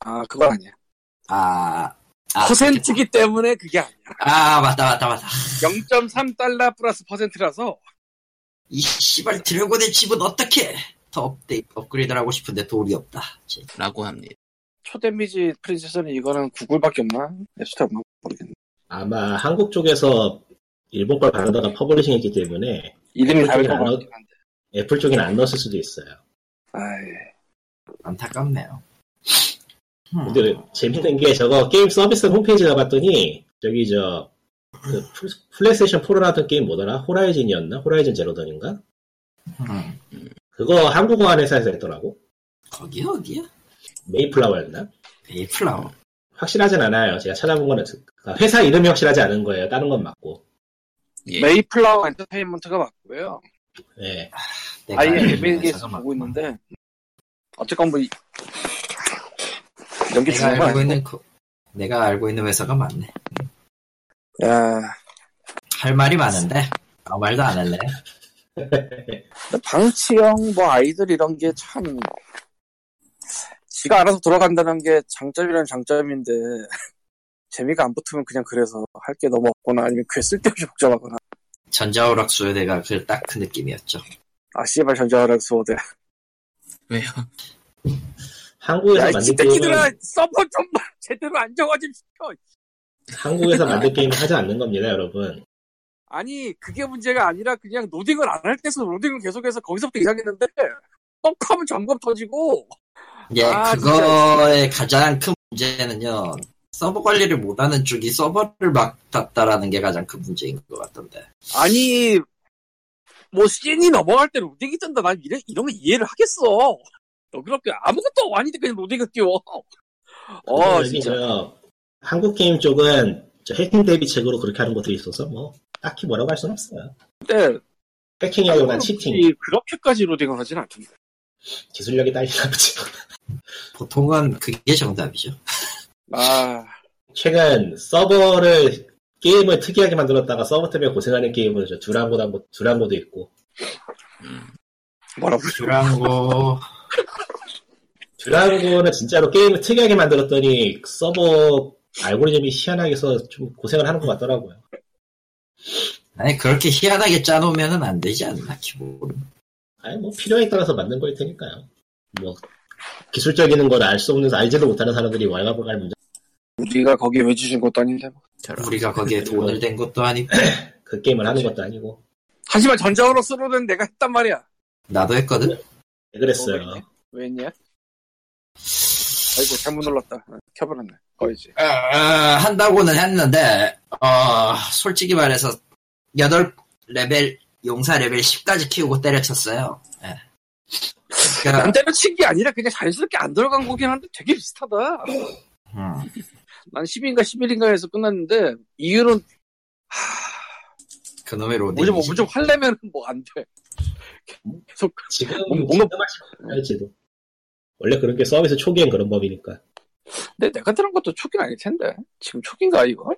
아, 그건 아니야.
아, 아,
퍼센트기 때문에 그게 아니야.
아 맞다 맞다 맞다.
0.3달러 플러스 퍼센트라서
이 씨발 드래곤의 집은 어떻게 더 업데이트 업그레이드를 하고 싶은데 돈이 없다. 제
라고 합니다.
초 데미지 프린세스는 이거는 구글밖에 없나? 앱스토어 없나? 모르겠네.
아마 한국 쪽에서 일본 걸 바르다가 퍼블리싱했기 때문에
이름이 다를 것
안 넣-
같긴 한데.
애플 쪽에는 안 넣었을 수도 있어요.
아이,
안타깝네요.
근데
아.
재밌는 게 저거 게임 서비스 홈페이지 가봤더니 저기 저그 플- 플레이스테이션 4로 나왔던 게임 뭐더라? 호라이즌이었나? 호라이즌 제로던인가?
음,
그거 한국어한 회사에서 했더라고.
거기 어디야?
메이플라워였나?
베이플라워.
확실하진 않아요. 제가 찾아본 거는 그러니까 회사 이름이 확실하지 않은 거예요. 다른 건 맞고.
예.
메이플라워 엔터테인먼트가 맞고요.
예.
내가
아예
알고
에
있는
베에서
회사가
보고
네, 맞구나.
있는데 어쨌건 뭐 이- 연기
내가
중인 거
알고
아니고
있는 그- 내가 알고 있는 회사가 맞네.
야,
할 말이 많은데 아무 말도 안 할래.
근데 방치형 뭐 아이들 이런 게 참 지가 알아서 돌아간다는 게 장점이란 장점인데 재미가 안 붙으면 그냥 그래서 할 게 너무 없거나 아니면 그게 쓸데없이 복잡하거나
전자오락 수요대가 그 딱 그 느낌이었죠.
아 씨발 전자하락 소대
왜요?
한국에서
야이
만든 게임은
새끼들아 서버 좀 제대로 안정화 좀 시켜
한국에서 만든 게임을 하지 않는 겁니다, 여러분.
아니 그게 문제가 아니라 그냥 로딩을 안 할 때서 로딩을 계속해서 거기서부터 이상했는데 뻑하면 점검 터지고
예,
아,
그거의 가장 큰 문제는요. 서버 관리를 못하는 쪽이 서버를 맡았다라는 게 가장 큰 문제인 것 같던데.
아니 뭐 씬이 넘어갈 때 로딩이 뜬다 난 이런 이런 거 이해를 하겠어 너그럽게 아무것도 아닌데 그냥 로딩을 띄워 어
여기
진짜
저 한국 게임 쪽은 저 해킹 대비책으로 그렇게 하는 것도 있어서 뭐 딱히 뭐라고 할 수는 없어요.
근데
해킹이라고 난 치팅,
그렇게까지 로딩을 하진 않던데
기술력이 딸리나 보지.
보통은 그게 정답이죠.
아
최근 서버를 게임을 특이하게 만들었다가 서버 때문에 고생하는 게임은 저 두랑고도 한번- 두랑고도 있고
뭐라고
듀랑고
드라곤은 진짜로 게임을 특이하게 만들었더니 서버 알고리즘이 희한하게 해서 좀 고생을 하는 것 같더라고요.
아니 그렇게 희한하게 짜놓으면은 안 되지 않나 기본.
아니, 뭐 필요에 따라서 만든 거일 테니까요. 뭐, 기술적인 걸 알 수 없는, 알지도 못하는 사람들이 왈가불갈 문제.
우리가 거기에 왜 주신 것도 아닌데 뭐.
저런.
우리가 거기에 돈을 댄 것도 아니고
그 게임을 하는 것도 아니고.
하지만 전자으로서는 내가 했단 말이야
나도 했거든.
왜 그랬어요.
어, 왜 했냐 아이고 잘못 눌렀다 어, 켜버렸네 거이지
아, 아, 한다고는 했는데 어, 솔직히 말해서 8 레벨 용사 레벨 10까지 키우고 때려쳤어요. 예.
안
그러니까,
때려친 게 아니라 그냥 자연스럽게 안 들어간 거긴 한데 되게 비슷하다
음.
난 10인가 11인가 해서 끝났는데 이유는
그놈의 로딩.
뭐좀 뭐좀 하려면 뭐 안돼 계속
지금,
뭔가-
어, 뭔가, 할지도. 원래 그런 게 서비스 초기엔 그런 법이니까.
근데 내가 들은 것도 초긴 아닐 텐데 지금 초긴가 이거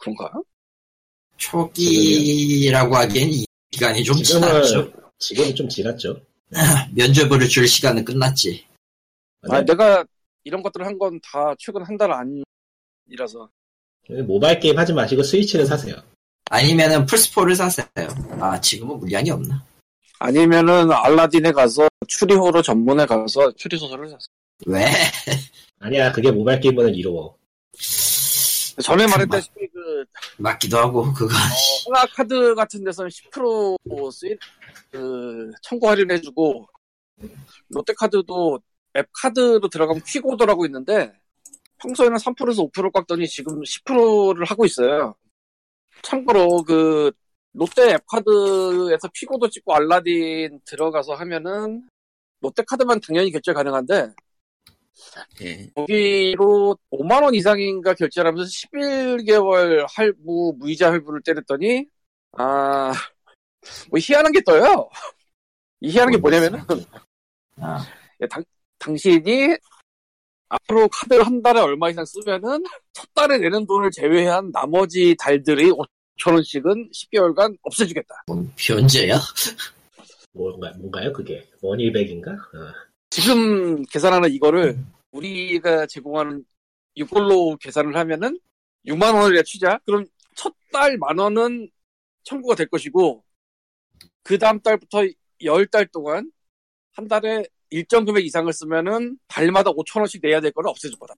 그런가
초기라고 하기엔 이 기간이 좀 지났죠.
지금은, 지금은 좀 지났죠.
면접을 줄 시간은 끝났지.
아 내가 이런 것들을 한 건 다 최근 한 달 안이라서
모바일 게임 하지 마시고 스위치를 사세요.
아니면은 플스4를 샀어요. 아, 지금은 물량이 없나?
아니면은 알라딘에 가서 추리호로 전문에 가서 추리소설을 샀어
왜?
아니야, 그게 모바일 게임보다는 이로워.
전에 말했다시피 그
맞기도 하고, 그거.
하나 아, 카드 같은 데서는 10% 세일, 그, 청구 할인해주고, 롯데카드도 앱 카드로 들어가면 퀵오더라고 있는데, 평소에는 3%에서 5% 깎더니 지금 10%를 하고 있어요. 참고로 그, 롯데 앱 카드에서 퀵오더 찍고 알라딘 들어가서 하면은, 롯데카드만 당연히 결제 가능한데,
예.
거기로 5만원 이상인가 결제를 하면서 11개월 할부, 무이자 할부를 때렸더니, 아, 뭐 희한한 게 떠요. 이 희한한 게 뭐냐면은,
아,
예, 당, 당신이 앞으로 카드를 한 달에 얼마 이상 쓰면은 첫 달에 내는 돈을 제외한 나머지 달들이 5천원씩은 10개월간 없애주겠다.
뭔 변제야?
뭔가, 뭔가요, 그게? 원일백인가? 어.
지금 계산하는 이거를
음.
우리가 제공하는 이걸로 계산을 하면은 6만 원을 치자. 그럼 첫 달 만 원은 청구가 될 것이고 그 다음 달부터 열 달 동안 한 달에 일정 금액 이상을 쓰면은 달마다 5천 원씩 내야 될 거를 없애줄 거다.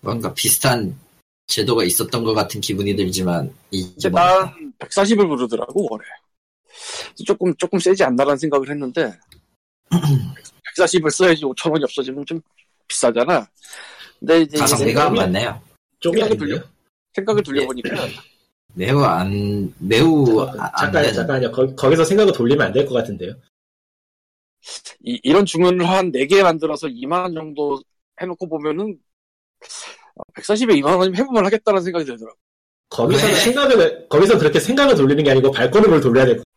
뭔가 비슷한 제도가 있었던 것 같은 기분이 들지만, 이제
근데
뭐,
난 140을 부르더라고 월에. 그래서 조금 조금 세지 않나라는 생각을 했는데 140을 써야지 5천 원이 없어지면 좀 비싸잖아. 근데 이제
가성비가 안
이게
맞네요.
쪽이
생각이
아닌데요?
생각을 돌려보니까
매우 안, 매우 아- 안
잠깐,
되는.
잠깐요. 거, 기서 생각을 돌리면 안 될 것 같은데요.
이, 런 주문을 한 4개 만들어서 2만 원 정도 해놓고 보면은 140에 2만 원이면 해보면 하겠다는 생각이 들더라고.
거기서
왜?
생각을, 거기서 그렇게 생각을 돌리는 게 아니고 발걸음을 돌려야 될 것 같아요.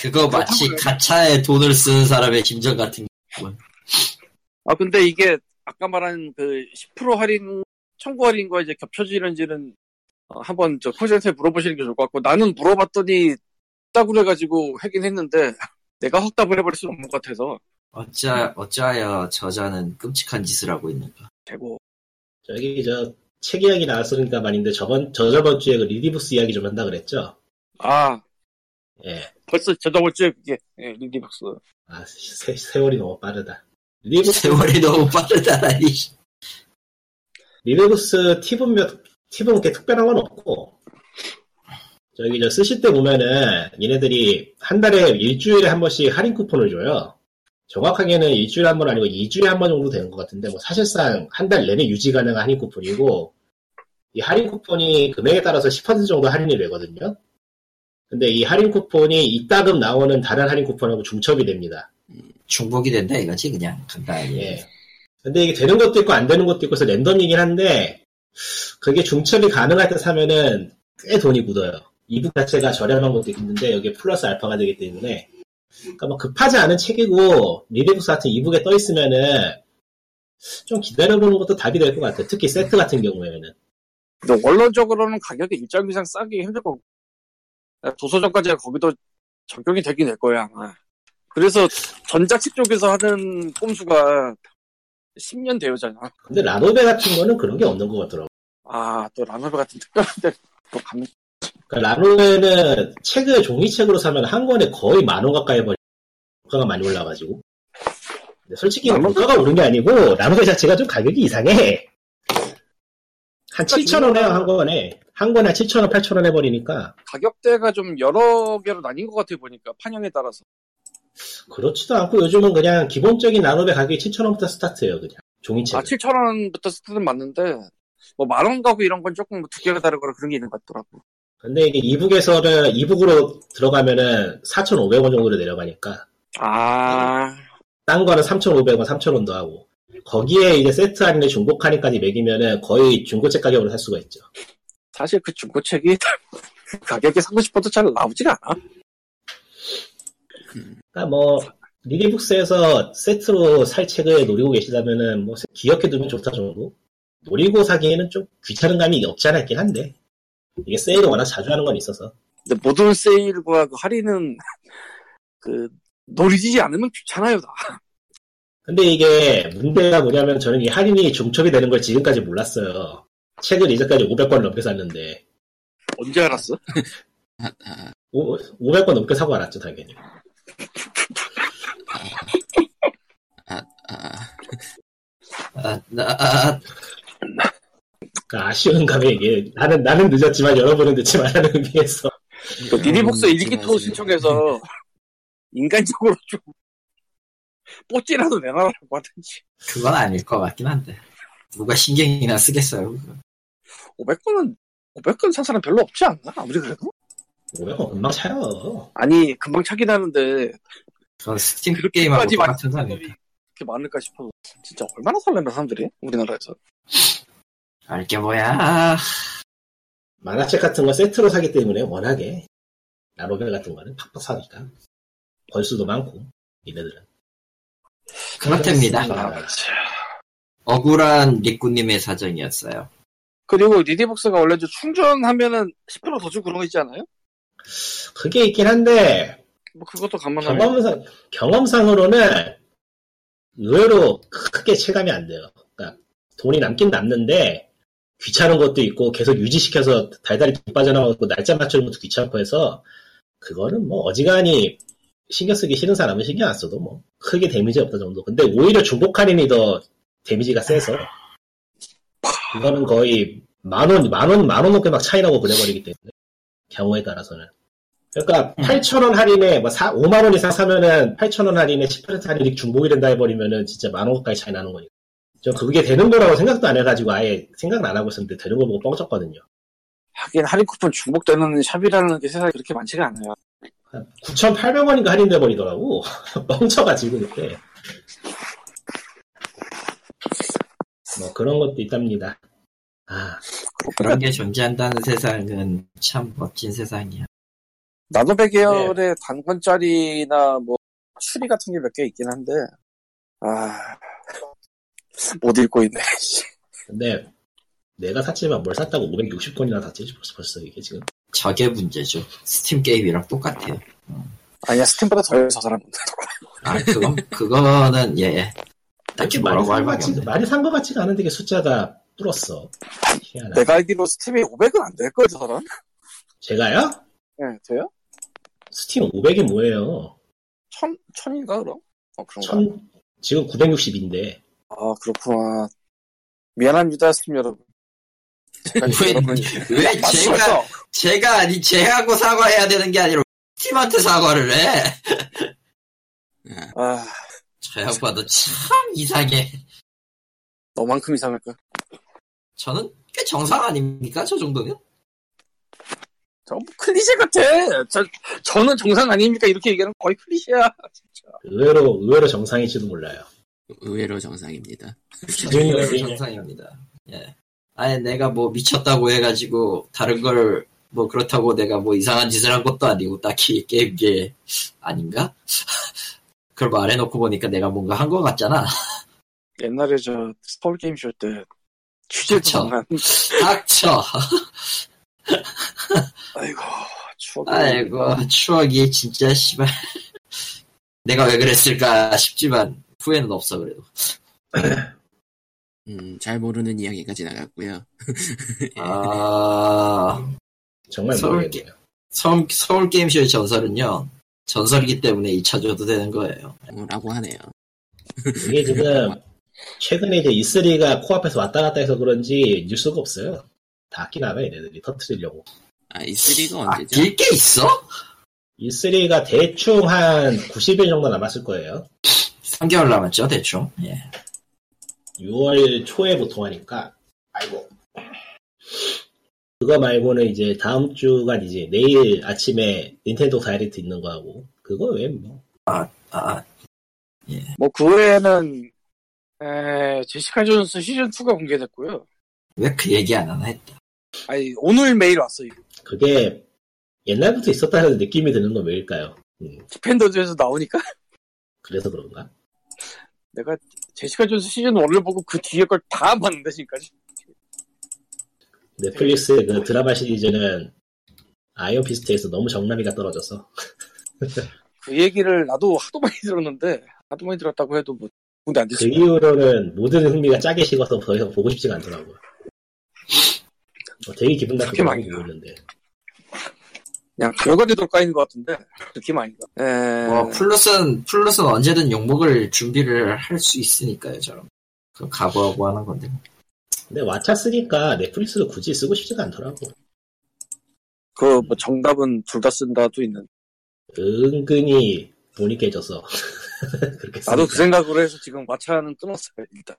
그거 마치 가차에 돈을 쓰는 사람의 심정 같은
아 근데 이게 아까 말한 그 10% 할인 청구 할인과 이제 겹쳐지는지는 어, 한번 저 콜센터에 물어보시는 게 좋을 것 같고 나는 물어봤더니 있다고 그래가지고 하긴 했는데 내가 확답을 해버릴 수는 없는 것 같아서
어찌하, 어찌하여 저자는 끔찍한 짓을 하고 있는가.
되고
저기, 저, 책 이야기 나왔으니까 말인데, 저번, 저저번 주에 그 리디부스 이야기 좀 한다 그랬죠?
아
예.
벌써 저저번 주에 그게 예, 리디박스
아, 세, 세월이 너무 빠르다. 리디부스,
세월이 너무 빠르다니.
리디부스 팁은 몇, 팁은 그렇게 특별한 건 없고, 저기 저 스시 때 보면은 얘네들이 한 달에 일주일에 한 번씩 할인 쿠폰을 줘요. 정확하게는 일주일에 한 번 아니고 2주에 한 번 정도 되는 것 같은데 뭐 사실상 한 달 내내 유지 가능한 할인 쿠폰이고 이 할인 쿠폰이 금액에 따라서 10% 정도 할인이 되거든요. 근데 이 할인 쿠폰이 이따금 나오는 다른 할인 쿠폰하고 중첩이 됩니다.
중복이 된다 이거지 그냥 간단하게.
예. 근데 이게 되는 것도 있고 안 되는 것도 있고 해서 랜덤이긴 한데 그게 중첩이 가능할 때 사면은 꽤 돈이 묻어요. 이북 자체가 저렴한 것도 있는데 여기에 플러스 알파가 되기 때문에 그러니까 막 급하지 않은 책이고 리리북스 같은 이북에 떠 있으면은 좀 기다려보는 것도 답이 될 것 같아요. 특히 세트 같은 경우에는
근데 원론적으로는 가격이 일정 이상 싸기 힘들 거고 도서전까지 거기도 적용이 되긴 될 거야 아마. 그래서 전자책 쪽에서 하는 꼼수가 10년 대여잖아.
근데 라노베 같은 거는 그런 게 없는 것 같더라고.
아, 또 라노베 같은 특별한데 또 감,
그러니까 라노베는 책을 종이책으로 사면 한 권에 거의 만 원 가까이 벌 물가가 많이 올라가지고. 근데 솔직히
라노베?
물가가 오른 게 아니고 라노베 자체가 좀 가격이 이상해. 한 7천 원에 한 권에 한 권에 7천 원, 8천 원 해버리니까
가격대가 좀 여러 개로 나뉜 것 같아 보니까 판형에 따라서.
그렇지도 않고 요즘은 그냥 기본적인 라노베 가격이 7천 원부터 스타트예요 그냥 종이책.
아, 7,000원부터 스타트는 맞는데, 뭐, 만원 가고 이런 건 조금 뭐 두께가 다르거나 그런 게 있는 것 같더라고.
근데 이게 이북에서는 이북으로 들어가면은 4,500원 정도로 내려가니까
아,
딴 거는 3,500원, 3,000원도 하고 거기에 이제 세트 할인에 중복 할인까지 매기면은 거의 중고책 가격으로 살 수가 있죠.
사실 그 중고책이 가격이 사고 싶어도 잘 나오질 않아.
그러니까 뭐 리디북스에서 세트로 살 책을 노리고 계시다면은 뭐 기억해 두면 좋다 정도. 노리고 사기에는 좀 귀찮은 감이 없지 않아 있긴 한데 이게 세일을 워낙 자주 하는 건 있어서
근데 모든 세일과 그 할인은, 그, 노리지 않으면 귀찮아요, 다.
근데 이게 문제가 뭐냐면 저는 이 할인이 중첩이 되는 걸 지금까지 몰랐어요. 책을 이제까지 500권 넘게 샀는데
언제 알았어?
아, 아,
오, 500권 넘게 사고 알았죠 당연히.
아.
아, 나- 아, 아,
그러니까 아쉬운 감에 이게 나는 나는 늦었지만 여러분은 늦지 말라는 의미에서
그 니디북스
음, 지금
일기토 신청해서, 인간적으로 좀, 뽀찌라도 내놔라고 하든지.
그건 아닐 것 같긴 한데 누가 신경이나 쓰겠어요. 그거.
500건은, 500건 산 사람 별로 없지 않나? 아무리 그래도?
500원 금방 차요.
아니, 금방 차긴 하는데,
그건 스팀
그렇게
게임하고
끝까지
똑같은 거 아니에요.
이렇게 많을까 싶어서 진짜 얼마나 설레나 사람들이 우리나라에서
알게 뭐야.
만화책 같은 거 세트로 사기 때문에 워낙에 나로벨 같은 거는 팍팍 사니까 벌 수도 많고 이네들은
그렇답니다.
아,
억울한 리꾸님의 사정이었어요.
그리고 리디복스가 원래 저 충전하면은 10%더 주고 그런 거 있지 않아요?
그게 있긴 한데
뭐 그것도 감안하면
경험상, 경험상으로는 의외로 크게 체감이 안 돼요. 그러니까 돈이 남긴 남는데 귀찮은 것도 있고 계속 유지시켜서 달달이 돈 빠져나가고 날짜 맞추는 것도 귀찮고 해서 그거는 뭐 어지간히 신경 쓰기 싫은 사람은 신경 안 써도 뭐 크게 데미지 없다 정도. 근데 오히려 중복 할인이 더 데미지가 세서 이거는 거의 만 원, 만 원, 만 원 넘게 막 차이 나고 그래버리기 때문에 경우에 따라서는. 그러니까 8,000원 할인에 뭐 4, 5만 원 이상 사면은 8,000원 할인에 10% 할인이 중복이 된다 해버리면은 진짜 만원 가까이 차이 나는 거니까. 저 그게 되는 거라고 생각도 안 해가지고 아예 생각을 안 하고 있었는데 되는 거 보고 뻥쳤거든요.
하긴 할인 쿠폰 중복되는 샵이라는 게 세상에 그렇게 많지가 않아요
9,800원인가 할인돼 버리더라고. 뻥쳐가지고 그때. 뭐 그런 것도 있답니다. 아,
그런 게 존재한다는 세상은 참 멋진 세상이야.
나노백 계열의 단권짜리나 뭐 추리 같은 게 몇 개 있긴 한데 아못 읽고 있네
근데 내가 샀지만 뭘 샀다고 560권이나 샀지 벌써, 벌써 이게 지금.
저게 문제죠. 스팀 게임이랑 똑같아요.
아니야 스팀보다 더해요 저 사람은
아, 그거, 그거는, 예, 예. 딱히
많이
뭐라고 할
산것
말이
같지,
없네.
많이 산 것 같지가 않은데 이게 숫자가 뚫었어. 희한하네.
내가 알기로 스팀이 500은 안 될 거예요 저 사람?
제가요?
네 돼요?
스팀 500이 뭐예요?
천, 천인가 그럼? 어 그런가?
천, 지금 960인데.
아 그렇구나 미안합니다 스팀 여러분
왜-
여러분,
왜 제가,
맞췄어.
제가 아니, 쟤하고 사과해야 되는 게 아니라 팀한테 사과를 해?
아,
저 양반은 참 이상해.
너만큼 이상할까?
저는 꽤 정상 아닙니까? 저 정도면?
저뭐 클리셰 같아. 저, 저는 정상 아닙니까? 이렇게 얘기하는 거 거의 클리셰야. 진짜.
의외로 의외로 정상일지도 몰라요. 네,
의외로 정상입니다.
조용히
그래서
하세요.
네, 정상입니다. 예. 아예 내가 뭐 미쳤다고 해가지고 다른 걸 뭐 그렇다고 내가 뭐 이상한 짓을 한 것도 아니고 딱히 게임계 아닌가? 그걸 말해놓고 보니까 내가 뭔가 한 것 같잖아.
옛날에 저 서울게임쇼 때 취재
그쵸.
장난.
닥쳐.
아이고, 추억.
아이고 추억이 진짜 씨발. 내가 왜 그랬을까 싶지만 후회는 없어 그래도.
음, 잘 모르는 이야기가 지나갔고요.
아
정말
서울
모르겠네요.
서울, 서울 게임쇼의 전설은요 전설이기 때문에 잊혀져도 되는 거예요.
어, 라고 하네요.
이게 지금 최근에 이제 E3가 코앞에서 왔다 갔다 해서 그런지 뉴스가 없어요. 다 끼나가 얘네들이 터트리려고.
아, 이 3가 언제죠?
아낄 게 있어?
E3가 대충 한 90일 정도 남았을 거예요.
3개월 남았죠 대충. 예.
6월 초에 보통 하니까 아이고 그거 말고는 이제 다음 주가 이제 내일 아침에 닌텐도 다이렉트 있는 거 하고 그거 외뭐
아,
뭐, 그 외에는, 에, 제시카 존스 시즌2가 공개됐고요.
왜 그 얘기 안 하나 했다.
아니, 오늘 메일 왔어요.
그게 옛날부터 있었다는 느낌이 드는 건 왜일까요? 음,
디펜더즈에서 나오니까
그래서 그런가?
내가 제시카 존스 시즌 1을 보고 그 뒤에 걸 다 봤는데 지금까지
넷플릭스의 그 드라마 시리즈는 아이언 피스트에서 너무 정남이가 떨어져서
그 얘기를 나도 하도 많이 들었는데 하도 많이 들었다고 해도 뭐 근데 안
그
됐어요.
이후로는 모든 흥미가 짜게 식어서 더 이상 보고 싶지가 않더라고요. 어, 되게 기분
그렇게
나쁘게
많이
보는데
그냥 결과대로 까인 것 같은데 그렇게 많이 가. 에...
뭐 플루스는 플루스는 언제든 욕먹을 준비를 할 수 있으니까요, 저런. 그 각오하고 하는 건데.
근데 왓챠 쓰니까 넷플릭스를 굳이 쓰고 싶지가 않더라고.
그뭐 정답은 둘 다 쓴다도 있는.
은근히 돈이 깨져서 그렇게
나도 그
그러니까.
생각으로 해서 지금 마차는 끊었어요 일단.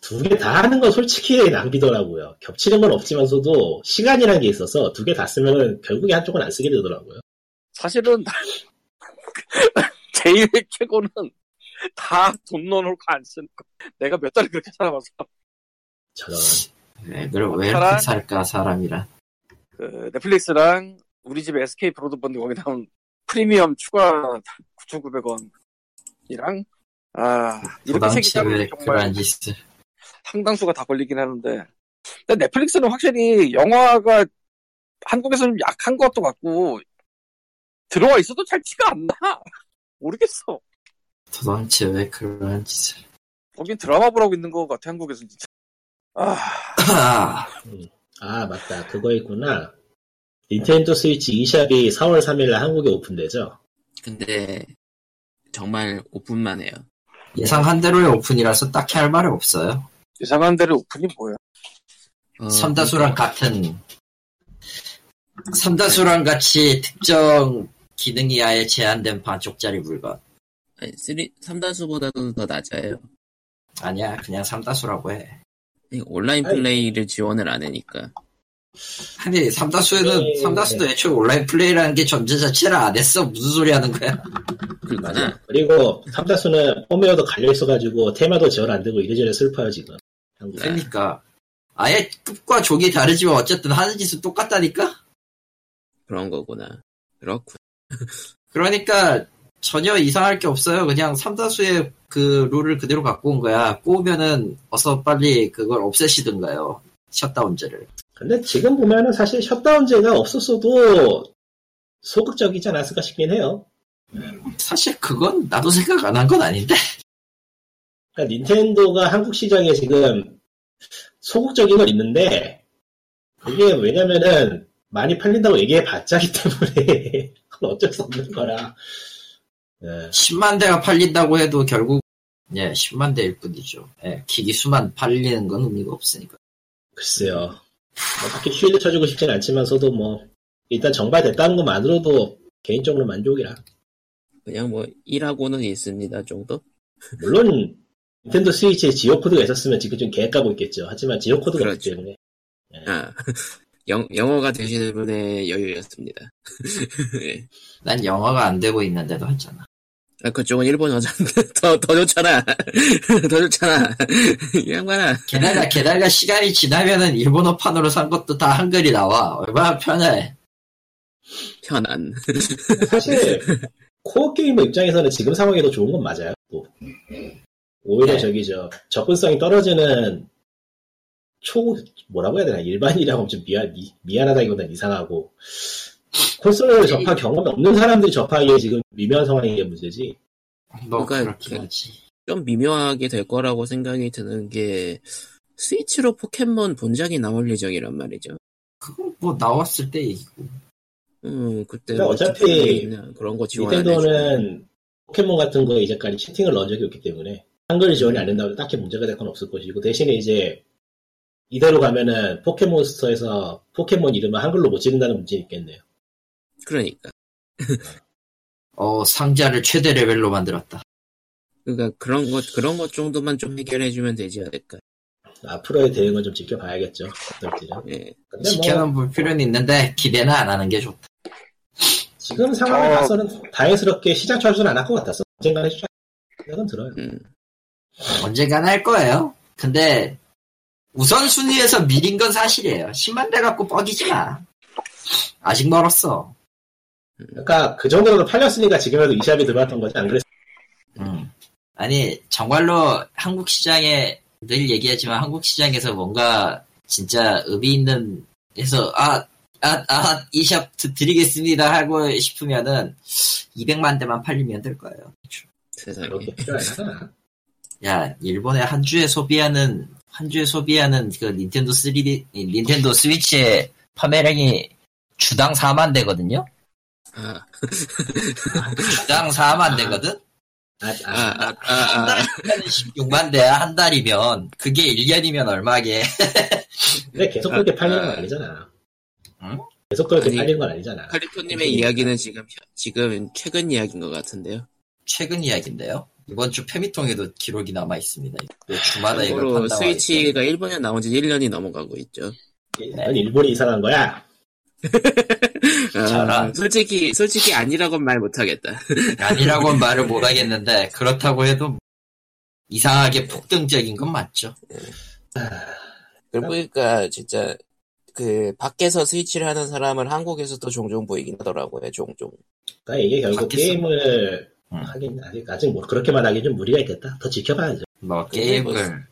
두개 다 하는 건 솔직히 낭비더라고요. 겹치는 건 없지만서도 시간이라는 게 있어서 두 개 다 쓰면은 결국에 한쪽은 안 쓰게 되더라고요.
사실은 제일 최고는 다 돈 넣어놓고 안 쓰는 거. 내가 몇 달을 그렇게 살아봤어.
저런
왜, 그래, 왜 이렇게
사람?
살까, 사람이라.
그 넷플릭스랑 우리 집 SK 브로드밴드 거기 나온 프리미엄 추가 9,900원이랑 아 이렇게
도당체 왜
책임감이 정말
그런 짓을.
상당수가 다 걸리긴 하는데 근데 넷플릭스는 확실히 영화가 한국에서 좀 약한 것도 같고 들어와 있어도 잘 티가 안 나. 모르겠어.
도당체 왜 그런 짓을.
거긴 드라마 보라고 있는 것 같아 한국에서 진짜. 아
아 맞다 그거 있구나. 닌텐도 스위치 e샵이 4월 3일날 한국에 오픈되죠.
근데, 정말 오픈만 해요.
예상한 대로의 오픈이라서 딱히 할 말이 없어요.
이상한 데로 오픈이 뭐야?
어,
삼다수랑 같은, 삼다수랑 같이 특정 기능이 아예 제한된 반쪽짜리 물건.
아니, 쓰리- 삼다수보다도 더 낮아요.
아니야, 그냥 삼다수라고 해.
아니, 온라인
아니.
플레이를 지원을 안 하니까.
아니 삼다수에는
네.
삼다수도 애초에 온라인 플레이라는 게 전제 자체를 안 했어 무슨 소리 하는 거야
그렇구나.
그리고 삼다수는 펌웨어도 갈려 있어가지고 테마도 지원 안 되고 이래저래 슬퍼요 지금. 한국에.
네.
그러니까 아예 급과 족이 다르지만 어쨌든 하는 짓은 똑같다니까
그런 거구나. 그렇군.
그러니까 전혀 이상할 게 없어요 그냥 삼다수의 그 룰을 그대로 갖고 온 거야 꼬우면은 어서 빨리 그걸 없애시든가요 셧다운제를
근데 지금 보면은 사실 셧다운제가 없었어도 소극적이지 않았을까 싶긴 해요.
사실 그건 나도 생각 안 한 건 아닌데
그러니까 닌텐도가 한국 시장에 지금 소극적인 건 있는데 그게 왜냐면은 많이 팔린다고 얘기해 봤자기 때문에 그건 어쩔 수 없는 거라. 예.
10만 대가 팔린다고 해도 결국 예 10만 대일 뿐이죠 예 기기 수만 팔리는 건 의미가 없으니까
글쎄요. 뭐 딱히 쉴드 쳐주고 싶진 않지만서도 뭐 일단 정발됐다는 것만으로도 개인적으로 만족이라
그냥 뭐 일하고는 있습니다 정도?
물론 닌텐도 스위치에 지오 코드가 있었으면 지금 좀 개까고 있겠죠. 하지만 지오 코드가
그렇죠.
없기 때문에
아 영, 영어가 되시는 분의 여유였습니다. 예.
난 영어가 안 되고 있는데도 했잖아.
아, 그쪽은 일본어잖아. 더, 더 좋잖아. 더 좋잖아. 이 양반아.
게다가 게다가 시간이 지나면은 일본어판으로 산 것도 다 한글이 나와. 얼마나 편해.
편안. 네.
사실 코어 게이머 입장에서는 지금 상황이 더 좋은 건 맞아요. 또 오히려
네.
저기 저 접근성이 떨어지는 초 뭐라고 해야 되나 일반이라고 하면 좀 미안 미, 미안하다기보단 이상하고 콘솔을 접할 경험이 없는 사람들이 접하기에 지금 미묘한 상황인 게 문제지.
뭐
그러니까
그렇긴
그-
하지.
좀 미묘하게 될 거라고 생각이 드는 게 스위치로 포켓몬 본작이 나올 예정이란 말이죠.
그건 뭐 나왔을 때 얘기고.
음, 그때
근데
뭐
어차피
그냥 그런 거 지원 안 해주고.
닌텐도는 포켓몬 같은 거에 이제까지 채팅을 넣은 적이 없기 때문에 한글 지원이 안 된다고 해서 딱히 문제가 될 건 없을 것이고 대신에 이제 이대로 가면은 포켓몬스터에서 포켓몬 이름을 한글로 못 지른다는 문제 있겠네요.
그러니까.
어 상자를 최대 레벨로 만들었다.
그러니까 그런 것 그런 것 정도만 좀 해결해 주면 되지 않을까.
앞으로의 대응은 좀 지켜봐야겠죠. 어떨지는.
예.
근데 뭐
지켜는 볼 필요는 있는데 기대는 안 하는 게 좋다.
지금 상황을
저-
봐서는 다행스럽게 시장 철수는 안 할 것 같았어. 언젠가는 시장 생각은 들어요.
음.
언젠가는 할 거예요. 근데 우선순위에서 밀린 건 사실이에요. 10만 대 갖고 뻑이지 마. 아직 멀었어.
그러니까 그 정도로 팔렸으니까 지금이라도 이 샵이 들어왔던 거지 안 그랬어.
음. 아니 정말로 한국 시장에 늘 얘기하지만 한국 시장에서 뭔가 진짜 의미 있는 해서 아, 아아아이샵 드리겠습니다 하고 싶으면은 200만 대만 팔리면 될 거예요.
세상에.
그렇게 필요하잖아.
야 일본의 한 주에 소비하는 한 주에 소비하는 그 닌텐도 3D 닌텐도 스위치의 판매량이 주당 4만 대거든요.
아,
주당 4만 대거든.
아,
아,
아,
아, 아, 아.
16만 대야 한 달이면 그게 1년이면 얼마게?
근데 계속 그렇게
아,
팔리는 건
아.
아니잖아.
응?
계속 그렇게
아니,
팔리는 건 아니잖아.
칼리토님의 이야기는 지금 현- 지금 최근 이야기인 것 같은데요.
최근 이야기인데요. 이번 주 페미통에도 기록이 남아 있습니다. 주마다 이걸
참고로
판단하고
스위치가 일본에 나온 지 1년이 넘어가고 있죠.
넌 일본이 이상한 거야.
아,
저런.
솔직히 솔직히 아니라고 말 못하겠다.
있어요. 아니라고는 말을 못 하겠는데 그렇다고 해도 이상하게 폭등적인 건 맞죠.
그러니까 진짜 그 밖에서 스위치를 하는 사람은 한국에서도 종종 보이긴 하더라고요. 종종.
그러니까 이게 결국
바뀌었어.
게임을
응.
하긴 아직 아직 뭐 그렇게만 하기 좀 무리가 있겠다. 더 지켜봐야죠.
뭐
근데
게임을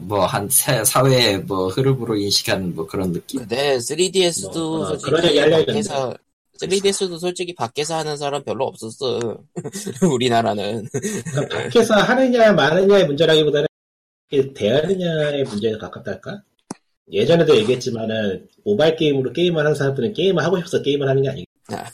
뭐한 사회의 뭐 흐름으로 인식하는 뭐 그런 느낌.
근데 3DS도
뭐, 어,
솔직히
그런 얘기 하려고
밖에서 3DS도 솔직히 밖에서 하는 사람 별로 없었어. 우리나라는
그러니까 밖에서 하느냐 마느냐의 문제라기보다는 이게 대하느냐의 문제에 가깝달까? 예전에도 얘기했지만은 모바일 게임으로 게임을 하는 사람들은 게임을 하고 싶어서 게임을 하는 게 아니고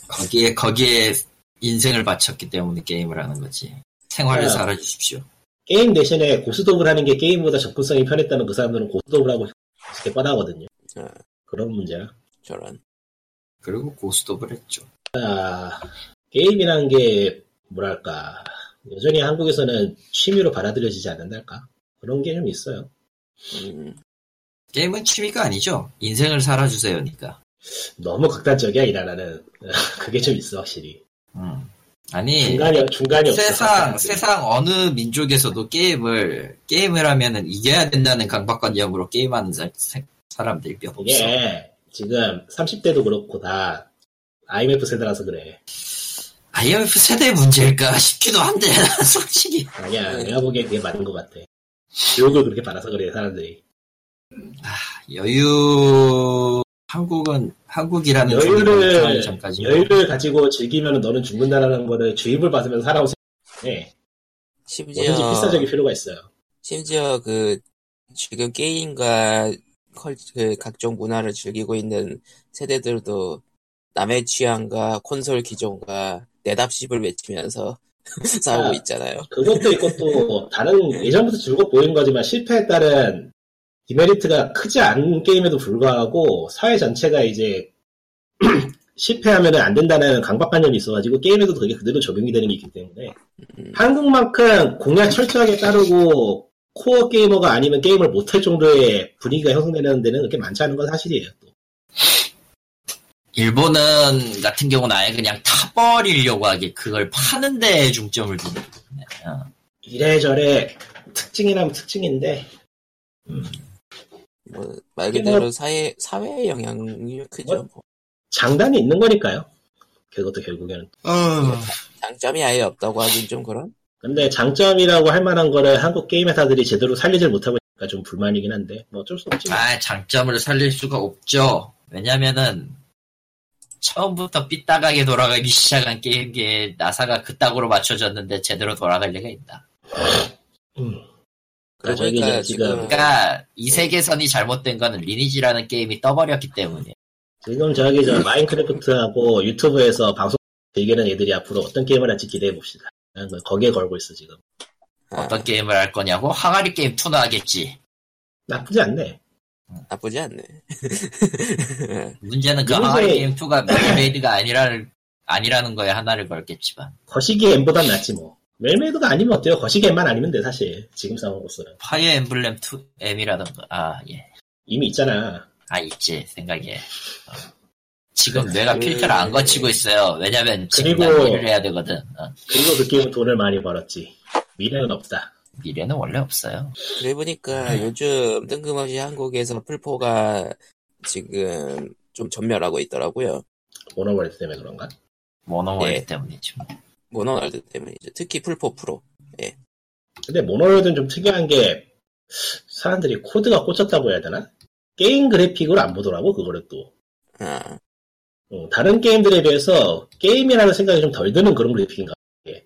거기에 거기에 인생을 바쳤기 때문에 게임을 하는 거지. 생활을
네.
살아주십시오.
게임 대신에 고스톱을 하는 게 게임보다 접근성이 편했다는 그 사람들은 고스톱을 하고 싶게 뻔하거든요.
응.
그런 문제야.
저런.
그리고 고스톱을 했죠.
아, 게임이란 게 뭐랄까 여전히 한국에서는 취미로 받아들여지지 않는달까 그런 게 좀 있어요.
음,
게임은 취미가 아니죠. 인생을 살아주세요니까.
너무 극단적이야 이 나라는 그게 좀 있어 확실히
음. 아니
중간이 중간이 없어.
세상
확실히.
세상 어느 민족에서도 게임을 게임을 하면은 이겨야 된다는 강박관념으로 게임하는 사, 람들이몇 없어.
이게 지금 30대도 그렇고 다 IMF 세대라서 그래.
IMF 그 세대 문제일까 싶기도 한데 난 솔직히
아니야
네.
내가 보기엔 그게 맞는 것 같아. 교육을 그렇게 받아서 그래 사람들이.
여유 한국은 한국이라는
여유를-
종이 태어나기 전까지
여유를 가지고 즐기면 너는 죽는다라는 거를 주입을 받으면서 살아온 세상에 뭐든지
심지어
필사적일 필요가 있어요.
심지어 그 지금 게임과 컬, 그 각종 문화를 즐기고 있는 세대들도 남의 취향과 콘솔 기종과 내답십을 외치면서 싸우고 있잖아요.
그것도 있고 또 다른 예전부터 즐겁 보이는 거지만 실패에 따른 디메리트가 크지 않은 게임에도 불구하고 사회 전체가 이제 실패하면 안 된다는 강박관념이 있어가지고 게임에도 그게 그대로 적용이 되는 게 있기 때문에 한국만큼 공약 철저하게 따르고 코어 게이머가 아니면 게임을 못할 정도의 분위기가 형성되는 데는 그렇게 많지 않은 건 사실이에요. 또.
일본은 같은 경우는 아예 그냥 타버리려고 하게 그걸 파는 데 중점을 두는
이래저래 특징이라면 특징인데
뭐, 말 그대로 사회, 사회의 영향이 크죠. 뭐.
장단이 있는 거니까요. 그것도 결국에는.
장점이 아예 없다고 하긴 좀 그런?
근데 장점이라고 할 만한 거를 한국 게임 회사들이 제대로 살리질 못하고 있으니까 좀 불만이긴 한데 뭐 어쩔 수 없지.
아 장점을 살릴 수가 없죠 왜냐면은 처음부터 삐딱하게 돌아가기 시작한 게임기에 나사가 그따구로 맞춰졌는데 제대로 돌아갈 리가 있다
음.
그러고
저기
보니까
이제 지금-
그러니까 이 세계선이 잘못된 거는 리니지라는 게임이 떠버렸기 때문에
지금 저기 저 마인크래프트하고 유튜브에서 방송 즐기는 애들이 앞으로 어떤 게임을 할지 기대해 봅시다. 그 거기에 걸고 있어 지금.
어떤 게임을 할 거냐고 항아리 게임 2나 하겠지
나쁘지 않네.
아, 나쁘지 않네.
문제는 그
문제-
항아리 게임 2가 메이드가 아니라는 아니라는 거에 하나를 걸겠지만
거시기 M보단 낫지 뭐. 웰메이드가 아니면 어때요? 거시기 M만 아니면 돼 사실 지금 상황으로서는
파이어 엠블렘 2 M이라던가 아예
이미 있잖아.
아 있지 생각에 어. 지금 뇌가 필터를 안 거치고 있어요 왜냐면 지금 난
그 그리고-
일을 해야 되거든 어,
그리고 그 게임은 돈을 많이 벌었지. 미래는 없다.
미래는 원래 없어요
그래 보니까 요즘 뜬금없이 한국에서 풀포가 지금 좀 전멸하고 있더라고요.
모노월드 때문에 그런가?
모노월드
예.
네, 때문이죠
모노월드 때문이죠. 특히 풀포 프로.
근데 모노월드는 좀 특이한 게 사람들이 코드가 꽂혔다고 해야 되나? 게임 그래픽으로 안 보더라고 그거를 또.
아,
어, 다른 게임들에 비해서 게임이라는 생각이 좀 덜 드는 그런 그래픽인가 봐요. 예.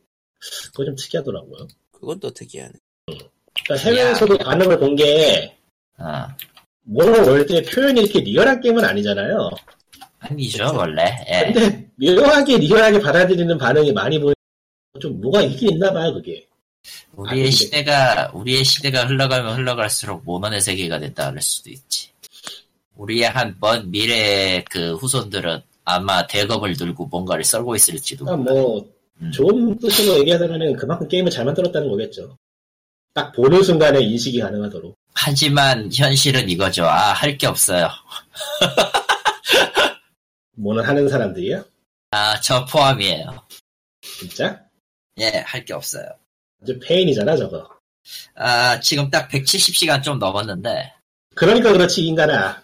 그거 좀 특이하더라고요.
그건 또 특이하네.
그러니까 해외에서도 반응을 본 게
어.
모노월드의 표현이 이렇게 리얼한 게임은 아니잖아요.
아니죠 원래 예.
근데 묘하게 리얼하게 받아들이는 반응이 많이 보여. 좀 뭐가 있긴 있나 봐요 그게.
우리의
아니,
시대가 우리의 시대가 흘러가면 흘러갈수록 모난의 세계가 된다 그럴 수도 있지. 우리의 한 먼 미래의 그 후손들은 아마 대검을 들고 뭔가를 썰고 있을지도.
그러니까 뭐
음.
좋은 뜻으로 얘기하자면은 그만큼 게임을 잘 만들었다는 거겠죠. 딱 보는 순간에 인식이 가능하도록.
하지만 현실은 이거죠. 아 할 게 없어요.
뭐는 하는 사람들이야?
아 저 포함이에요.
진짜?
예 할 게 없어요.
아주 페인이잖아 저거.
아 지금 딱 170시간 좀 넘었는데
그러니까 그렇지 이 인간아.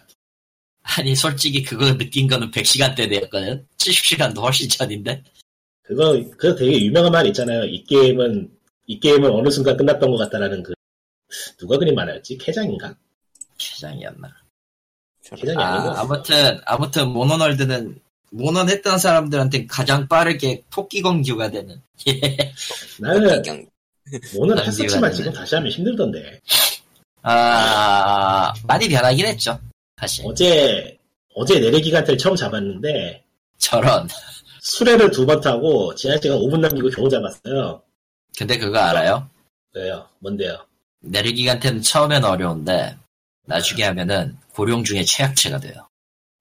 아니 솔직히 그거 느낀 거는 100시간 때 되었거든. 70시간도 훨씬 전인데.
그거 그 되게 유명한 말 있잖아요. 이 게임은 이 게임은 어느 순간 끝났던 것 같다라는 그 누가 그린 말이었지? 캐장인가?
시장이었나.
저런.
캐장이 아니고
아, 아무튼 아무튼 모노널드는 모논했던 사람들한테 가장 빠르게 토끼 공주가 되는
나는
이경-
오늘
난
했었지만
이해가
지금
되네.
다시 하면 힘들던데.
아 많이 변하긴 했죠 사실
어제 어제 내리기간테를 처음 잡았는데
저런
수레를 두 번 타고 지난 시간 5분 남기고 겨우 잡았어요.
근데 그거 알아요
왜요? 뭔데요?
내리기한테는 처음엔 어려운데 나중에 하면은 고령 중에 최악체가 돼요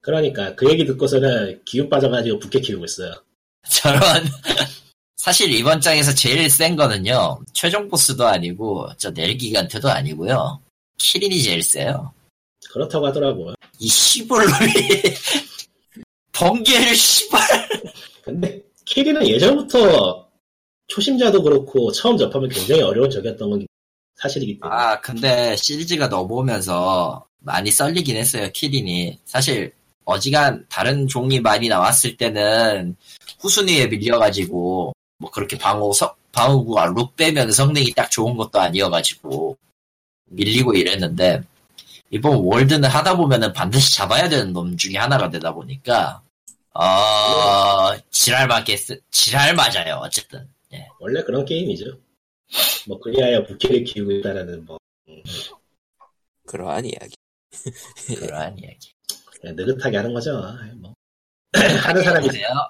그러니까 그 얘기 듣고서는 기운 빠져가지고 부캐 키우고 있어요.
저런 사실 이번 장에서 제일 센 거는요 최종 보스도 아니고 저 내리기한테도 아니고요 키린이 제일 세요
그렇다고 하더라고요.
이 씨불놈이 번개를 씨발
근데 키리는 예전부터 초심자도 그렇고 처음 접하면 굉장히 어려운 적이었던 건 사실이기 때문에
아, 근데 시리즈가 넘어오면서 많이 썰리긴 했어요, 키린이. 사실, 어지간 다른 종이 많이 나왔을 때는 후순위에 밀려가지고, 뭐 그렇게 방어, 석, 방어구가 룩 빼면 성능이 딱 좋은 것도 아니어가지고, 밀리고 이랬는데, 이번 월드는 하다 보면은 반드시 잡아야 되는 놈 중에 하나가 되다 보니까, 어, 지랄 맞겠, 지랄 맞아요, 어쨌든.
원래 그런 게임이죠. 뭐 그리하여 부캐를 키우고 있다라는 뭐
그러한 이야기.
예.
그러한 이야기.
그냥 느긋하게 하는 거죠. 아이, 뭐 하는 사람이
그래요?
하는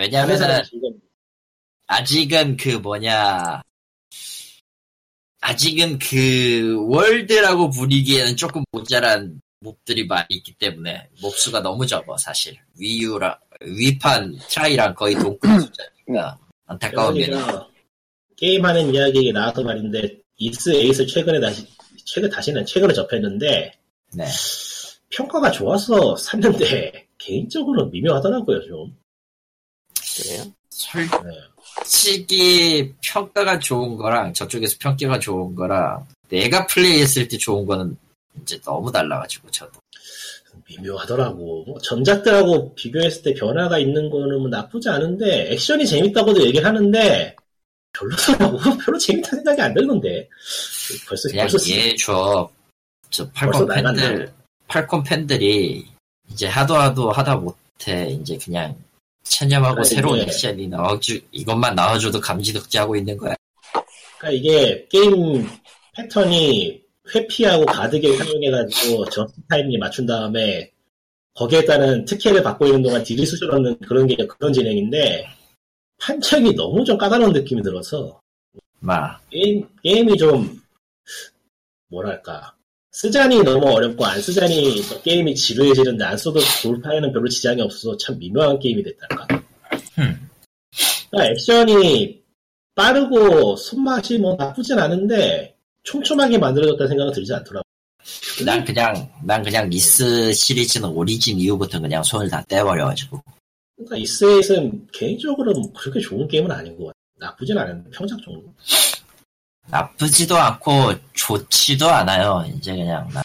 왜냐면은,
사람이 즐겁
아직은 그 뭐냐 아직은 그 월드라고 부리기에는 조금 모자란 몹들이 많이 있기 때문에 몹수가 너무 적어 사실 위유랑 위판 트라이랑 거의 동급 수준이니까 안타까운 게
그러니까 게임하는 이야기 나와서 말인데 이스 에이스 최근에 다시 최근 다시는 최근에 접했는데
네.
평가가 좋아서 샀는데 개인적으로 미묘하더라고요 좀.
그래요?
네.
솔직히 평가가 좋은 거랑 저쪽에서 평가가 좋은 거랑 내가 플레이했을 때 좋은 거는 이제 너무 달라가지고 저도
미묘하더라고. 뭐 전작 때하고 비교했을 때 변화가 있는 거는 뭐 나쁘지 않은데 액션이 재밌다고도 얘기를 하는데 별로더라고. 별로 재밌다 는 생각이 안 들던데. 벌써
그냥
벌써
예저저
벌써
팔콘
나갔네.
팬들 팔콘 팬들이 이제 하도 하도 하다 못해 이제 그냥 체념하고
아,
새로운
이게-
액션이 나와주 이것만 나와줘도 감지덕지하고 있는 거야
그러니까 이게 게임 패턴이 회피하고 가득에 사용해가지고 저스트 타이밍에 맞춘 다음에 거기에 따른 특혜를 받고 있는 동안 딜을 수술 얻는 그런 게 그런 진행인데 판정이 너무 좀 까다로운 느낌이 들어서
막
게임 게임이 좀 뭐랄까 쓰자니 너무 어렵고 안 쓰자니 게임이 지루해지는데 안 써도 돌파에는 별로 지장이 없어서 참 미묘한 게임이 됐달까.
흠.
그러니까 액션이 빠르고 손맛이 뭐 나쁘진 않은데 촘촘하게 만들어졌다는 생각은 들지 않더라고.
난 그냥 난 그냥 미스 시리즈는 오리진 이후부터 그냥 손을 다 떼버려가지고
그러니까 이스에이는 개인적으로 뭐 그렇게 좋은 게임은 아닌 것 같아. 나쁘진 않은 평작 정도.
나쁘지도 않고 좋지도 않아요. 이제 그냥 나-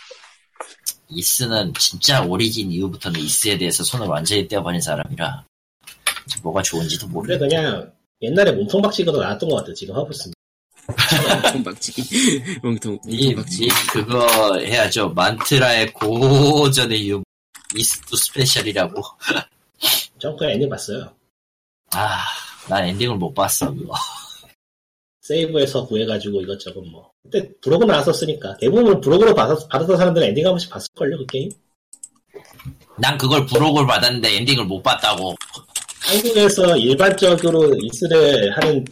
이스는 진짜 오리진 이후부터는 이스에 대해서 손을 완전히 떼어버린 사람이라 뭐가 좋은지도
근데
모르겠.
그냥 옛날에 몸통박치기도 나왔던 것 같아. 지금 하고 있습니다.
멍통박치기. 멍통,
이,
멍통박치기.
이 그거 해야죠. 만트라의 고전의 유 이스도 스페셜이라고.
정크 애니 봤어요.
아, 난 엔딩을 못 봤어 그거.
세이브에서 구해가지고 이것저것 뭐. 그때 브로그 나왔었으니까 대부분 브로그로 받았, 받았던 사람들은 엔딩 한 번씩 봤을걸요 그 게임.
난 그걸 부록을 받았는데 엔딩을 못 봤다고.
한국에서 일반적으로 이스를 하는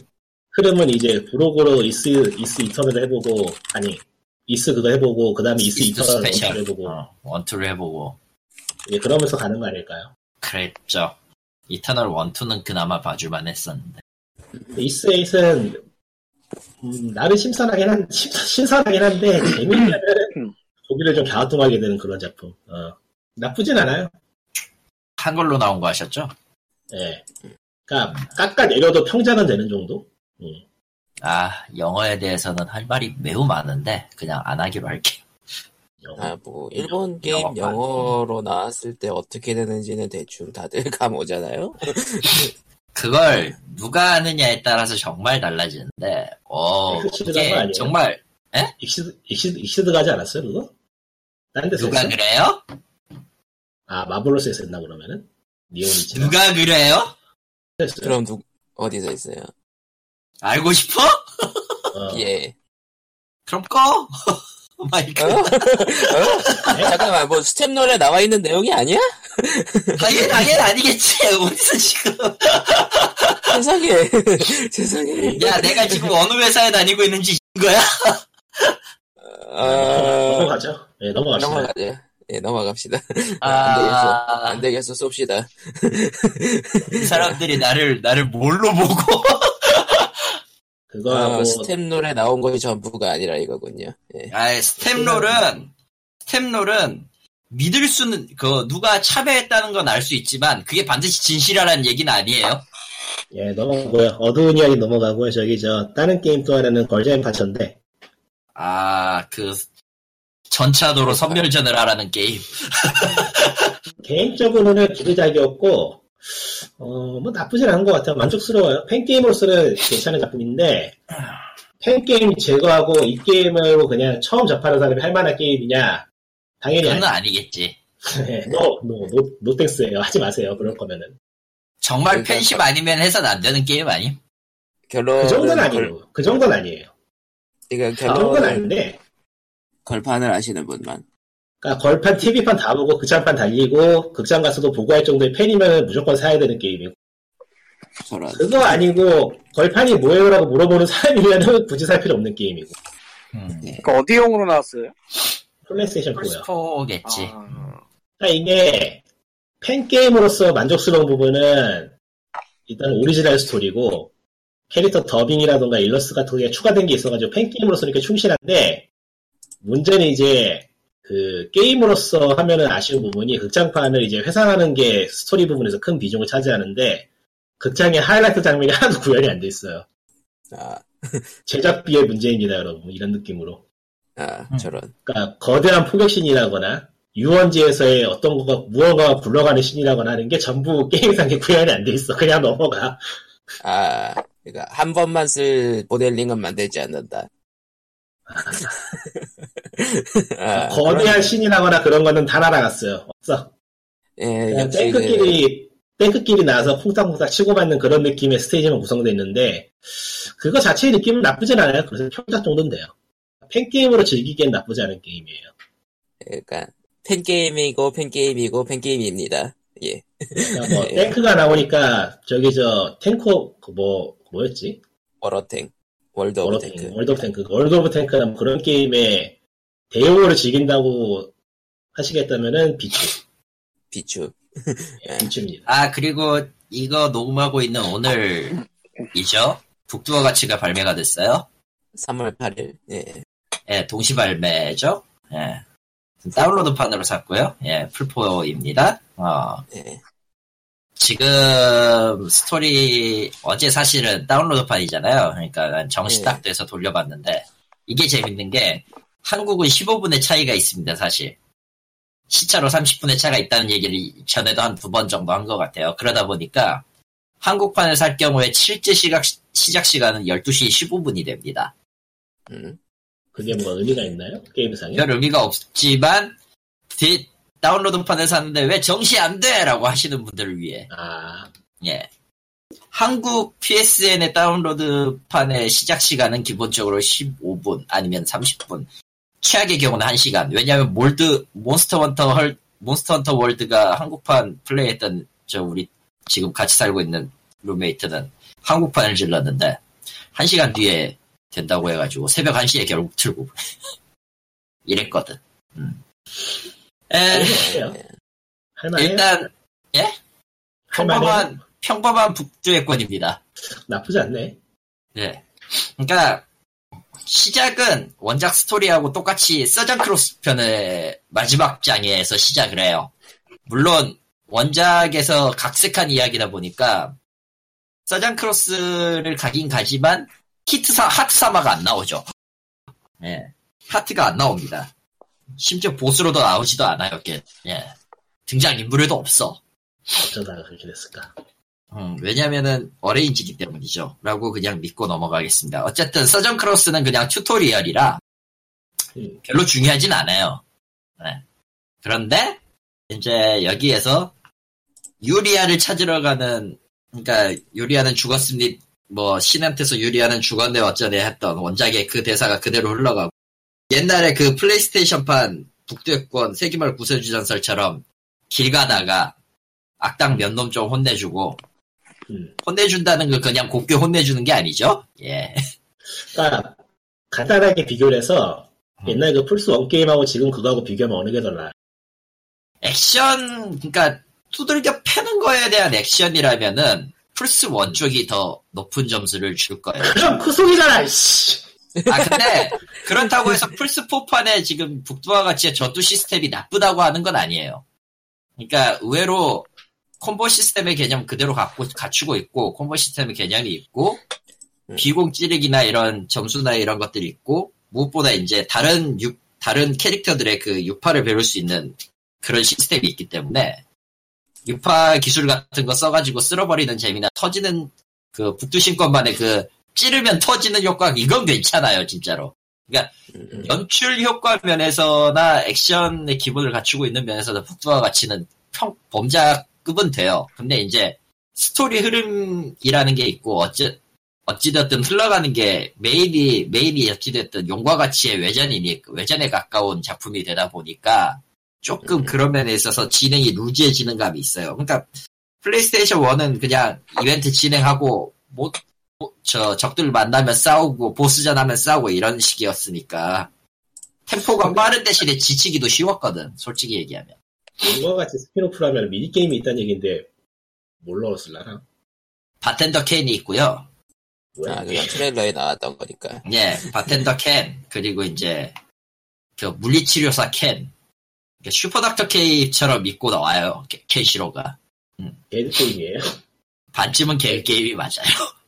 흐름은 이제 브로그로 이스 이스 이터널을 해보고 아니 이스 그거 해보고 그 다음에 이스
이스도
이터널
스페셜.
원투를 해보고
어, 원투를 해보고
이제 그러면서 가는 거 아닐까요?
그랬죠. 이터널 원투는 그나마 봐줄만 했었는데.
근데 이스 에잇은 음, 나름 신선하긴 한 신- 신선하긴 한데 재미는
음.
고기를 좀 갸우뚱하게 되는 그런 작품. 어. 나쁘진 않아요.
한글로 나온 거 아셨죠?
예. 그러니까 깎아 내려도 평작은 되는 정도.
아, 영어에 대해서는 할 말이 매우 많은데, 그냥 안 하기로 할게요.
아, 뭐, 일본
영어판.
게임 영어로 나왔을 때 어떻게 되는지는 대충 다들 감오잖아요?
그걸 누가 하느냐에 따라서 정말 달라지는데, 어,
그치라는
그게
거 아니에요?
정말,
익시드 익시드 익시드 가지 않았어요 그거? 다른 데서
누가
했어요?
그래요?
아 마블로스에서 했나 그러면은 니온이지
누가 그래요?
했어요.
그럼 누, 어디서 있어요?
알고 싶어?
어.
예.
그럼 꺼! 마이크.
어? 어?
네?
잠깐만, 뭐, 스텝 노래 나와 있는 내용이 아니야?
당연, 당연 아니겠지. 어디서 지금.
세상에. 세상에.
야, 내가 지금 어느 회사에 다니고 있는지 이 거야?
아,
넘어가죠. 예 넘어갑시다.
넘어가자. 예, 넘어갑시다.
아,
안 되겠어, 쏩시다.
이그 사람들이 나를, 나를 뭘로 보고.
그거하고 뭐
어, 스텝 노래 나온 것이 전부가 아니라 이거군요. 예.
아이, 스텝롤은, 스텝롤은 믿을 수는, 그, 누가 차별했다는 건 알 수 있지만, 그게 반드시 진실이라는 얘기는 아니에요.
예 넘어가고요. 어두운 이야기 넘어가고요. 저기 저 다른 게임 또 하나는 걸자인 파천데
아, 그, 전차도로
그러니까.
선멸전을 하라는 게임.
개인적으로는 기대작이었고 어 뭐 나쁘진 않은 것 같아요. 만족스러워요. 팬 게임으로서는 괜찮은 작품인데 팬 게임 제거하고 이 게임으로 그냥 처음 접하는 사람이 할 만한 게임이냐? 당연히 네.
그건
아니.
아니겠지.
노노노노 땡스예요. 하지 마세요. 그럴 거면은.
정말
그러니까
팬심 아니면 해선 안 되는 게임 아님?
결론은.
그 정도는
걸,
아니고, 그 정도는 아니에요.
그러니까
그 정도는
결론은
아닌데,
걸판을 아시는 분만.
그러니까 걸판, TV판 다 보고, 극장판 달리고, 극장 가서도 보고 할 정도의 팬이면 무조건 사야 되는 게임이고,
저런.
그거 아니고, 걸판이 뭐예요라고 물어보는 사람이면 굳이 살 필요 없는 게임이고.
음.
그러니까 어디용으로 나왔어요?
플레이스테이션
그렇죠.
4요.
플스포겠지.
아,
그러니까 이게 팬게임으로서 만족스러운 부분은 일단 오리지널 스토리고 캐릭터 더빙이라던가 일러스트 같은 게 추가된 게 있어가지고 팬게임으로서 이렇게 충실한데 문제는 이제 그 게임으로서 하면은 아쉬운 부분이 극장판을 이제 회상하는 게 스토리 부분에서 큰 비중을 차지하는데 극장의 하이라이트 장면이 하나도 구현이 안 돼 있어요.
아,
제작비의 문제입니다, 여러분. 이런 느낌으로.
아,
음.
저런.
그러니까 거대한 포격신이라거나 유원지에서의 어떤 거가 무언가가 굴러가는 신이라거나 하는 게 전부 게임상에 구현이 안 돼 있어. 그냥 넘어가.
아, 그러니까 한 번만 쓸 모델링은 만들지 않는다. 아,
거대한 신이라거나 그런 거는 다 날아갔어요. 없어.
예,
그냥
역시
탱크끼리 탱크끼리 나서 콩닥콩닥 치고받는 그런 느낌의 스테이지만 구성돼 있는데 그거 자체의 느낌은 나쁘진 않아요. 그래서 평작 정도는 돼요. 팬게임으로 즐기기엔 나쁘지 않은 게임이에요.
그, 그러니까 팬게임이고 팬게임이고 팬게임입니다. 예.
그러니까 뭐
예.
탱크가 나오니까 저기 저 탱커 그뭐 뭐였지?
워러탱. 월드 오브 탱크.
네, 월드 오브 탱크. 그 월드 오브 탱크는 그런 게임에 대용어를 즐긴다고 하시겠다면은 비추,
비추. 예.
비추입니다.
아, 그리고 이거 녹음하고 있는 오늘이죠? 북두어 가치가 발매가 됐어요.
3월 8일. 예.
예, 동시 발매죠? 예. 다운로드판으로 샀고요. 예, 풀포입니다. 어,
예.
지금 스토리 어제 사실은 다운로드판이잖아요. 그러니까 난 정시
네.
딱 돼서 돌려봤는데 이게 재밌는 게 한국은 15분의 차이가 있습니다. 사실 시차로 30분의 차가 있다는 얘기를 전에도 한 두 번 정도 한 것 같아요. 그러다 보니까 한국판을 살 경우에 실제 시각, 시작 시간은 12시 15분이 됩니다.
음.
그게 뭐 의미가 있나요? 게임상에?
예.
별 의미가 없지만 디- 다운로드판을 샀는데 왜 정시 안 돼! 라고 하시는 분들을 위해
아,
예. 한국 PSN의 다운로드판의 시작 시간은 기본적으로 15분 아니면 30분. 최악의 경우는 1시간. 왜냐하면 몰드 몬스터 헌터 헐 몬스터 헌터 월드가 한국판 플레이했던 저 우리 지금 같이 살고 있는 룸메이트는 한국판을 질렀는데 1시간 뒤에 된다고 해가지고 새벽 1시에 결국 틀고 이랬거든. 음. 에,
예.
할만해요. 예. 할만해요.
일단
할만해요.
평범한 평범한 북두의권입니다.
나쁘지 않네.
네. 그러니까 시작은 원작 스토리하고 똑같이 서전 크로스 편의 마지막 장에서 시작을 해요. 물론 원작에서 각색한 이야기다 보니까 서전 크로스를 가긴 가지만 키트사 하트사마가 안 나오죠. 예. 하트가 안 나옵니다. 심지어 보스로도 나오지도 않아요. 이게. 예. 등장 인물에도 없어.
어쩌다가 그렇게 됐을까.
음, 왜냐면은 어레인지기 때문이죠. 라고 그냥 믿고 넘어가겠습니다. 어쨌든 서전 크로스는 그냥 튜토리얼이라
음.
별로 중요하진 않아요. 네. 그런데 이제 여기에서 유리아를 찾으러 가는 그러니까 유리아는 죽었으니 뭐 신한테서 유리아는 죽었네 어쩌네 했던 원작의 그 대사가 그대로 흘러가고 옛날에 그 플레이스테이션판 북두의권 세기말 구세주전설처럼 길 가다가 악당 몇 놈 좀 혼내주고
음.
혼내준다는 걸 그냥 곱게 혼내주는 게 아니죠? 예.
그러니까 간단하게 비교를 해서
음.
옛날 그 플스 원 게임하고 지금 그거하고 비교하면 어느 게 더 나아?
액션, 그러니까 두들겨 패는 거에 대한 액션이라면은 플스 원 쪽이 더 높은 점수를 줄 거예요.
그럼 그 소리잖아. 씨.
아 근데 그렇다고 해서 플스 4판에 지금 북두와 같이 저투 시스템이 나쁘다고 하는 건 아니에요. 그러니까 의외로 콤보 시스템의 개념 그대로 갖고 갖추고 있고 콤보 시스템의 개념이 있고
음.
비공 찌르기나 이런 점수나 이런 것들이 있고 무엇보다 이제 다른 육- 다른 캐릭터들의 그 유파를 배울 수 있는 그런 시스템이 있기 때문에 유파 기술 같은 거 써가지고 쓸어버리는 재미나 터지는 그 북두신권만의 그 찌르면 터지는 효과 이건 괜찮아요 진짜로
음.
연출 효과 면에서나 액션의 기본을 갖추고 있는 면에서도 북두와 같이는 평 범작급은 돼요 근데 이제 스토리 흐름이라는 게 있고 어찌 어찌됐든 흘러가는 게 메인이 메인이 어찌됐든 용과 가치의 외전이니 외전에 가까운 작품이 되다 보니까 조금 그런 면에 있어서 진행이 루즈해지는 감이 있어요 그러니까 플레이스테이션 1은 그냥 이벤트 진행하고 뭐, 뭐 저 적들 만나면 싸우고 보스전 하면 싸우고 이런 식이었으니까 템포가 빠른 대신에 지치기도 쉬웠거든 솔직히 얘기하면
이거 같이 스피노프라면 미니게임이 있다는 얘기인데 뭘 넣었을라나?
바텐더 캔이 있고요
왜?
아, 그냥 트레일러에 나왔던 거니까.
예 바텐더 캔 그리고 이제 그 물리치료사 캔 그러니까 슈퍼닥터 K처럼 믿고 나와요 캐- 캔시로가
개그 게임이에요?
반쯤은 개 게임이 맞아요.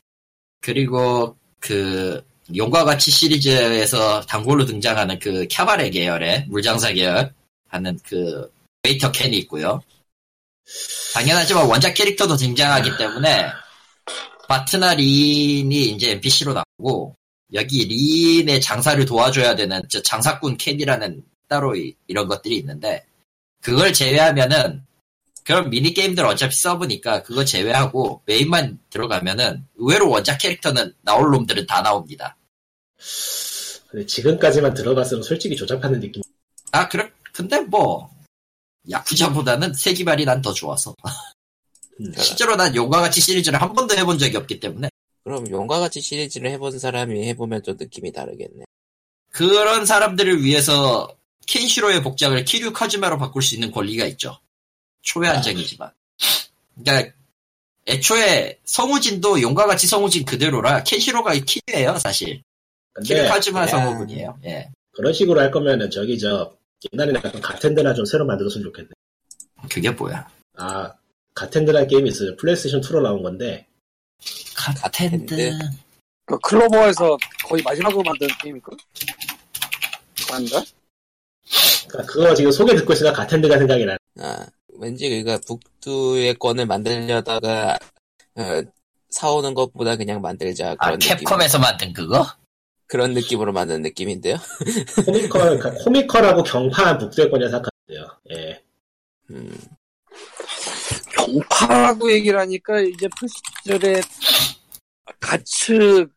그리고 그 용과 같이 시리즈에서 단골로 등장하는 그 캬바레 계열의 물장사 계열 하는 그 웨이터 캔이 있고요. 당연하지만 원작 캐릭터도 등장하기 때문에 바트나 린이 이제 NPC로 나오고 여기 린의 장사를 도와줘야 되는 저 장사꾼 캔이라는 따로 이- 이런 것들이 있는데 그걸 제외하면은 그럼 미니게임들 어차피 서브니까 그거 제외하고 메인만 들어가면은 의외로 원작 캐릭터는 나올 놈들은 다 나옵니다.
근데 지금까지만 들어봤으면 솔직히 조잡하는 느낌.
아, 그래? 근데 뭐, 야쿠자보다는 세기발이 난 더 좋아서. 실제로 난 용과 같이 시리즈를 한 번도 해본 적이 없기 때문에.
그럼 용과 같이 시리즈를 해본 사람이 해보면 좀 느낌이 다르겠네.
그런 사람들을 위해서 켄시로의 복장을 키류 카즈마로 바꿀 수 있는 권리가 있죠. 초회 한정이지만. 그러니까 애초에 성우진도 용과 같이 성우진 그대로라 켄시로가 키류예요, 사실.
근데
키류 카즈마
야.
성우분이에요. 예.
그런 식으로 할 거면은 저기 저 옛날에는 약간 가텐드나 좀 새로 만들었으면 좋겠네.
그게 뭐야?
아 가텐드라는 게임이 있어요. 플레이스테이션 2로 나온 건데
가텐드.
그 클로버에서 거의 마지막으로 만든 게임이거든? 아닌가?
그러니까 그거 지금 소개 듣고 있으니까 가텐드가 생각이 나.
아, 왠지 그니까 북두의 권을 만들려다가 어, 사오는 것보다 그냥 만들자
아,
그런 느낌,
캡콤에서 만든 그거? 그런
그런 느낌으로 만든 느낌인데요.
코미컬 그러니까 코미컬하고 경파한 북대권이라 생각하는데요. 예.
음,
경파라고 얘기를 하니까 이제 플스 시절에 가츠던가?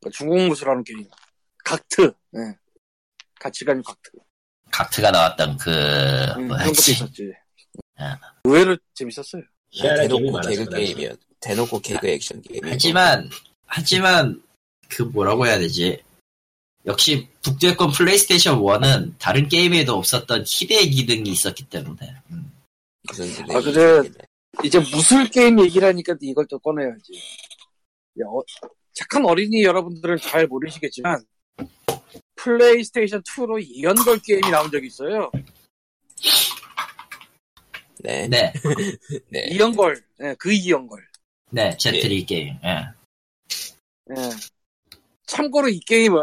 그러니까 중국 무술하는 게임. 각트. 예. 가치가 아닌 각트.
각트가 나왔던 그,
음, 그런 것도
뭐였지?
있었지.
아.
의외로 재밌었어요.
희한한 게임이
아, 대놓고
많았어.
개그 게임이요. 대놓고 개그 액션
예.
게임.
하지만, 하지만, 그 뭐라고 해야 되지? 역시 북두의권 플레이스테이션 1은 다른 게임에도 없었던 희대의 기능이 있었기 때문에. 음.
무슨
아, 그래. 이제 무술 게임 얘기를 하니까 이걸 또 꺼내야지. 야, 어- 착한 어린이 여러분들은 잘 모르시겠지만, 플레이스테이션 2로 이연돌 게임이 나온 적이 있어요.
네, 네.
네,
네.
이연걸, 예, 그 이연걸.
네, 제트리 게임. 예.
예. 참고로 이 게임은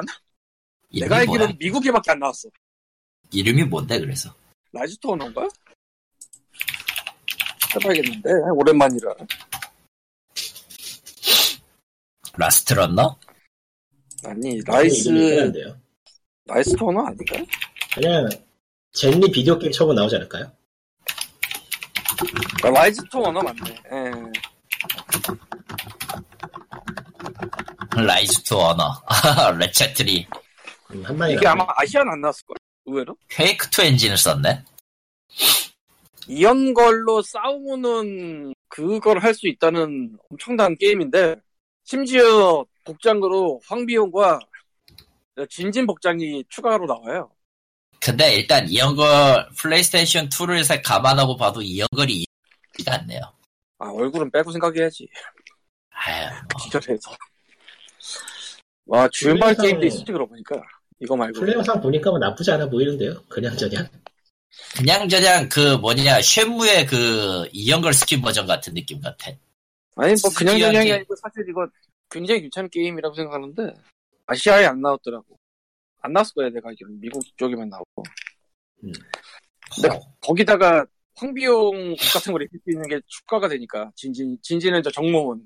내가
이름이 뭐야?
알기로는 미국에밖에 안 나왔어.
이름이 뭔데, 그래서?
라지토너인가? 해봐야겠는데, 오랜만이라.
라스트 런너?
아니,
이름이
라이스,
희한한데요.
라이스토너 아닌가?
그냥 젠리 비디오 게임 쳐고 나오지 않을까요?
아, 라이스토너 맞네. 예.
라이즈 투 어너. 레체트리.
음, 한 마리
이게
나오고.
아마 아시아는 안 나왔을걸? 의외로?
페이크 투 엔진을 썼네?
이연걸로 싸우는 그걸 할 수 있다는 엄청난 게임인데 심지어 복장으로 황비용과 진진 복장이 추가로 나와요.
근데 일단 이연걸 플레이스테이션 2를 사- 감안하고 봐도 이연걸이 이해가 안 돼요.
아 얼굴은 빼고 생각해야지
아유, 뭐.
기절해서. 와 주말
플레이어상-
게임도 있을지 그러고 보니까 이거 말고
플레이어상 보니까 뭐 나쁘지 않아 보이는데요. 그냥 저냥.
그냥 저냥 그 뭐냐 쉐무의 그 이연걸 스킨 버전 같은 느낌 같아.
아니 뭐 그냥
스키한테-
그냥이 아니고 사실 이거 굉장히 괜찮은 게임이라고 생각하는데 아시아에 안 나왔더라고. 안 나왔을 거야 내가 알기로 미국 쪽에만 나오고.
음.
네. 거기다가 황비용 옷 같은 걸 입힐 수 있는 게 추가가 되니까 진진 진진은 저 정모원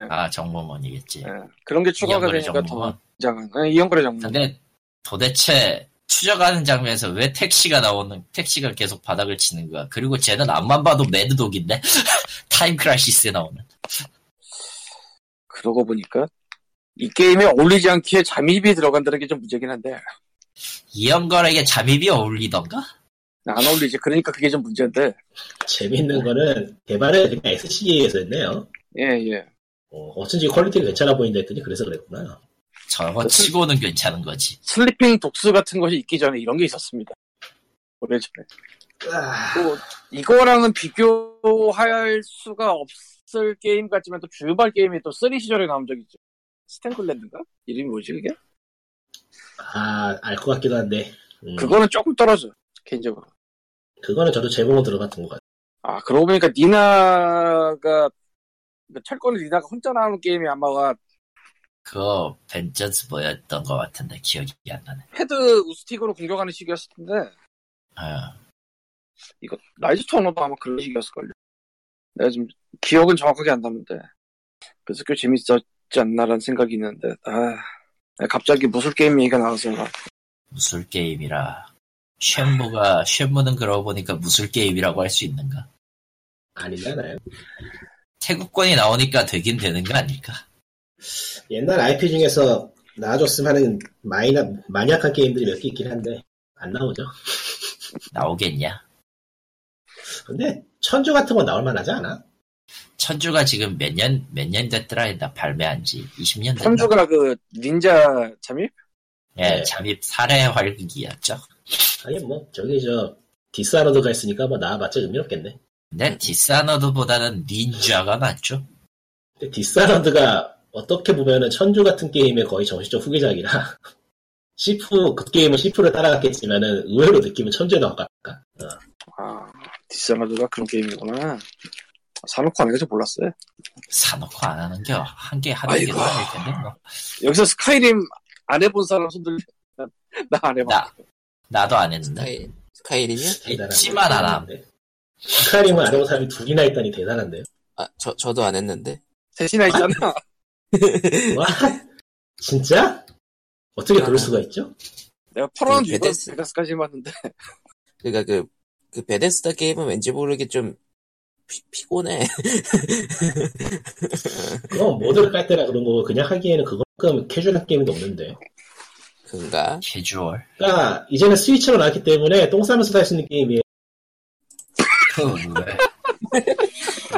아 정모몬이겠지.
예, 그런 게 추가가
이연걸의
되니까
정모몬.
더 굉장한 예, 이영걸의 정모원
근데 도대체 추적하는 장면에서 왜 택시가 나오는 택시가 계속 바닥을 치는 거야? 그리고 쟤는 앞만 봐도 매드독인데 타임 크라시스에 나오는.
그러고 보니까 이 게임에 어울리지 않기에 잠입이 들어간다는 게 좀 문제긴 한데
이연걸에게 잠입이 어울리던가?
안 어울리지 그러니까 그게 좀 문제인데
재밌는 거는 개발을 그냥 SCA에서 했네요.
예예
어, 어, 어쩐지 퀄리티가 괜찮아 보인다 했더니 그래서 그랬구나.
저거 치고는 괜찮은 거지.
슬리핑 독스 같은 것이 있기 전에 이런 게 있었습니다. 오래전에.
아,
또 뭐, 이거랑은 비교할 수가 없을 게임 같지만 또 주발 게임이 또 3 시절에 나온 적 있죠. 스탠클랜드인가? 이름이 뭐지 그게?
아, 알 것 같기도 한데. 음,
그거는 조금 떨어져 개인적으로.
그거는 저도 제목은 들어봤던 것 같아요.
아 그러고 보니까 니나가 그러니까 철권을 니나가 혼자 나오는 게임이 아마가
그거 벤전스 뭐였던 것 같은데 기억이 안 나네.
패드 우스틱으로 공격하는 식이었을 텐데
아,
이거 라이즈 토너도 아마 그런 식이었을걸요. 내가 지금 기억은 정확하게 안 나는데 그래서 꽤 재밌었지 않나라는 생각이 있는데 아 갑자기 무술 게임 얘기가 나와서
무술 게임이라. 쉐무가 쉐무는 그러고 보니까 무술 게임이라고 할 수 있는가?
아니잖아요.
태국권이 나오니까 되긴 되는 거 아닐까?
옛날 IP 중에서 나와줬으면 하는 마이나, 만약한 게임들이 몇 개 있긴 한데, 안 나오죠.
나오겠냐?
근데, 천주 같은 건 나올만 하지 않아?
천주가 지금 몇 년 몇 년 됐더라 했나 발매한 지 20년 됐나?
선주가 그 닌자 잠입?
예,
네.
잠입 살해 활극이었죠.
아니, 뭐, 저기 저, 디스아너드가 있으니까 뭐 나와봤자 의미 없겠네.
음.
근데 디사너드보다는 닌자가 낫죠.
근데 디스아너드가 어떻게 보면은 천주 같은 게임의 거의 정신적 후계작이라, 시프, 그 게임은 시프를 따라갔겠지만은 의외로 느낌은 천주에 나올까?
아 디스아마드가 그런 게임이구나. 사놓고 안 해서 몰랐어요.
사놓고 안 하는 겨. 한 개 하는 게
아이고.
나을 텐데 뭐.
여기서 스카이림 안 해본 사람 손들 나 안 해봐.
나 나도 안 했는데.
스카이, 스카이림이요?
있지만 안 함.
스카이림은 안 해본 사람이 둘이나 있다니 대단한데요.
아, 저, 저도 안 했는데.
대신에 했잖아.
와, 진짜? 어떻게 그럴 수가 있죠?
내가 펄어는
그
이거
베데스-
베가스까지 봤는데
그니까 그, 그 베데스다 게임은 왠지 모르게 좀 피, 피곤해.
그건 모드를 깔 때나 그런 거고 그냥 하기에는 그만큼 캐주얼한 게임도 없는데.
그런가?
캐주얼.
그러니까 이제는 스위치로 나왔기 때문에 똥 싸면서 살 수 있는 게임이에요.
그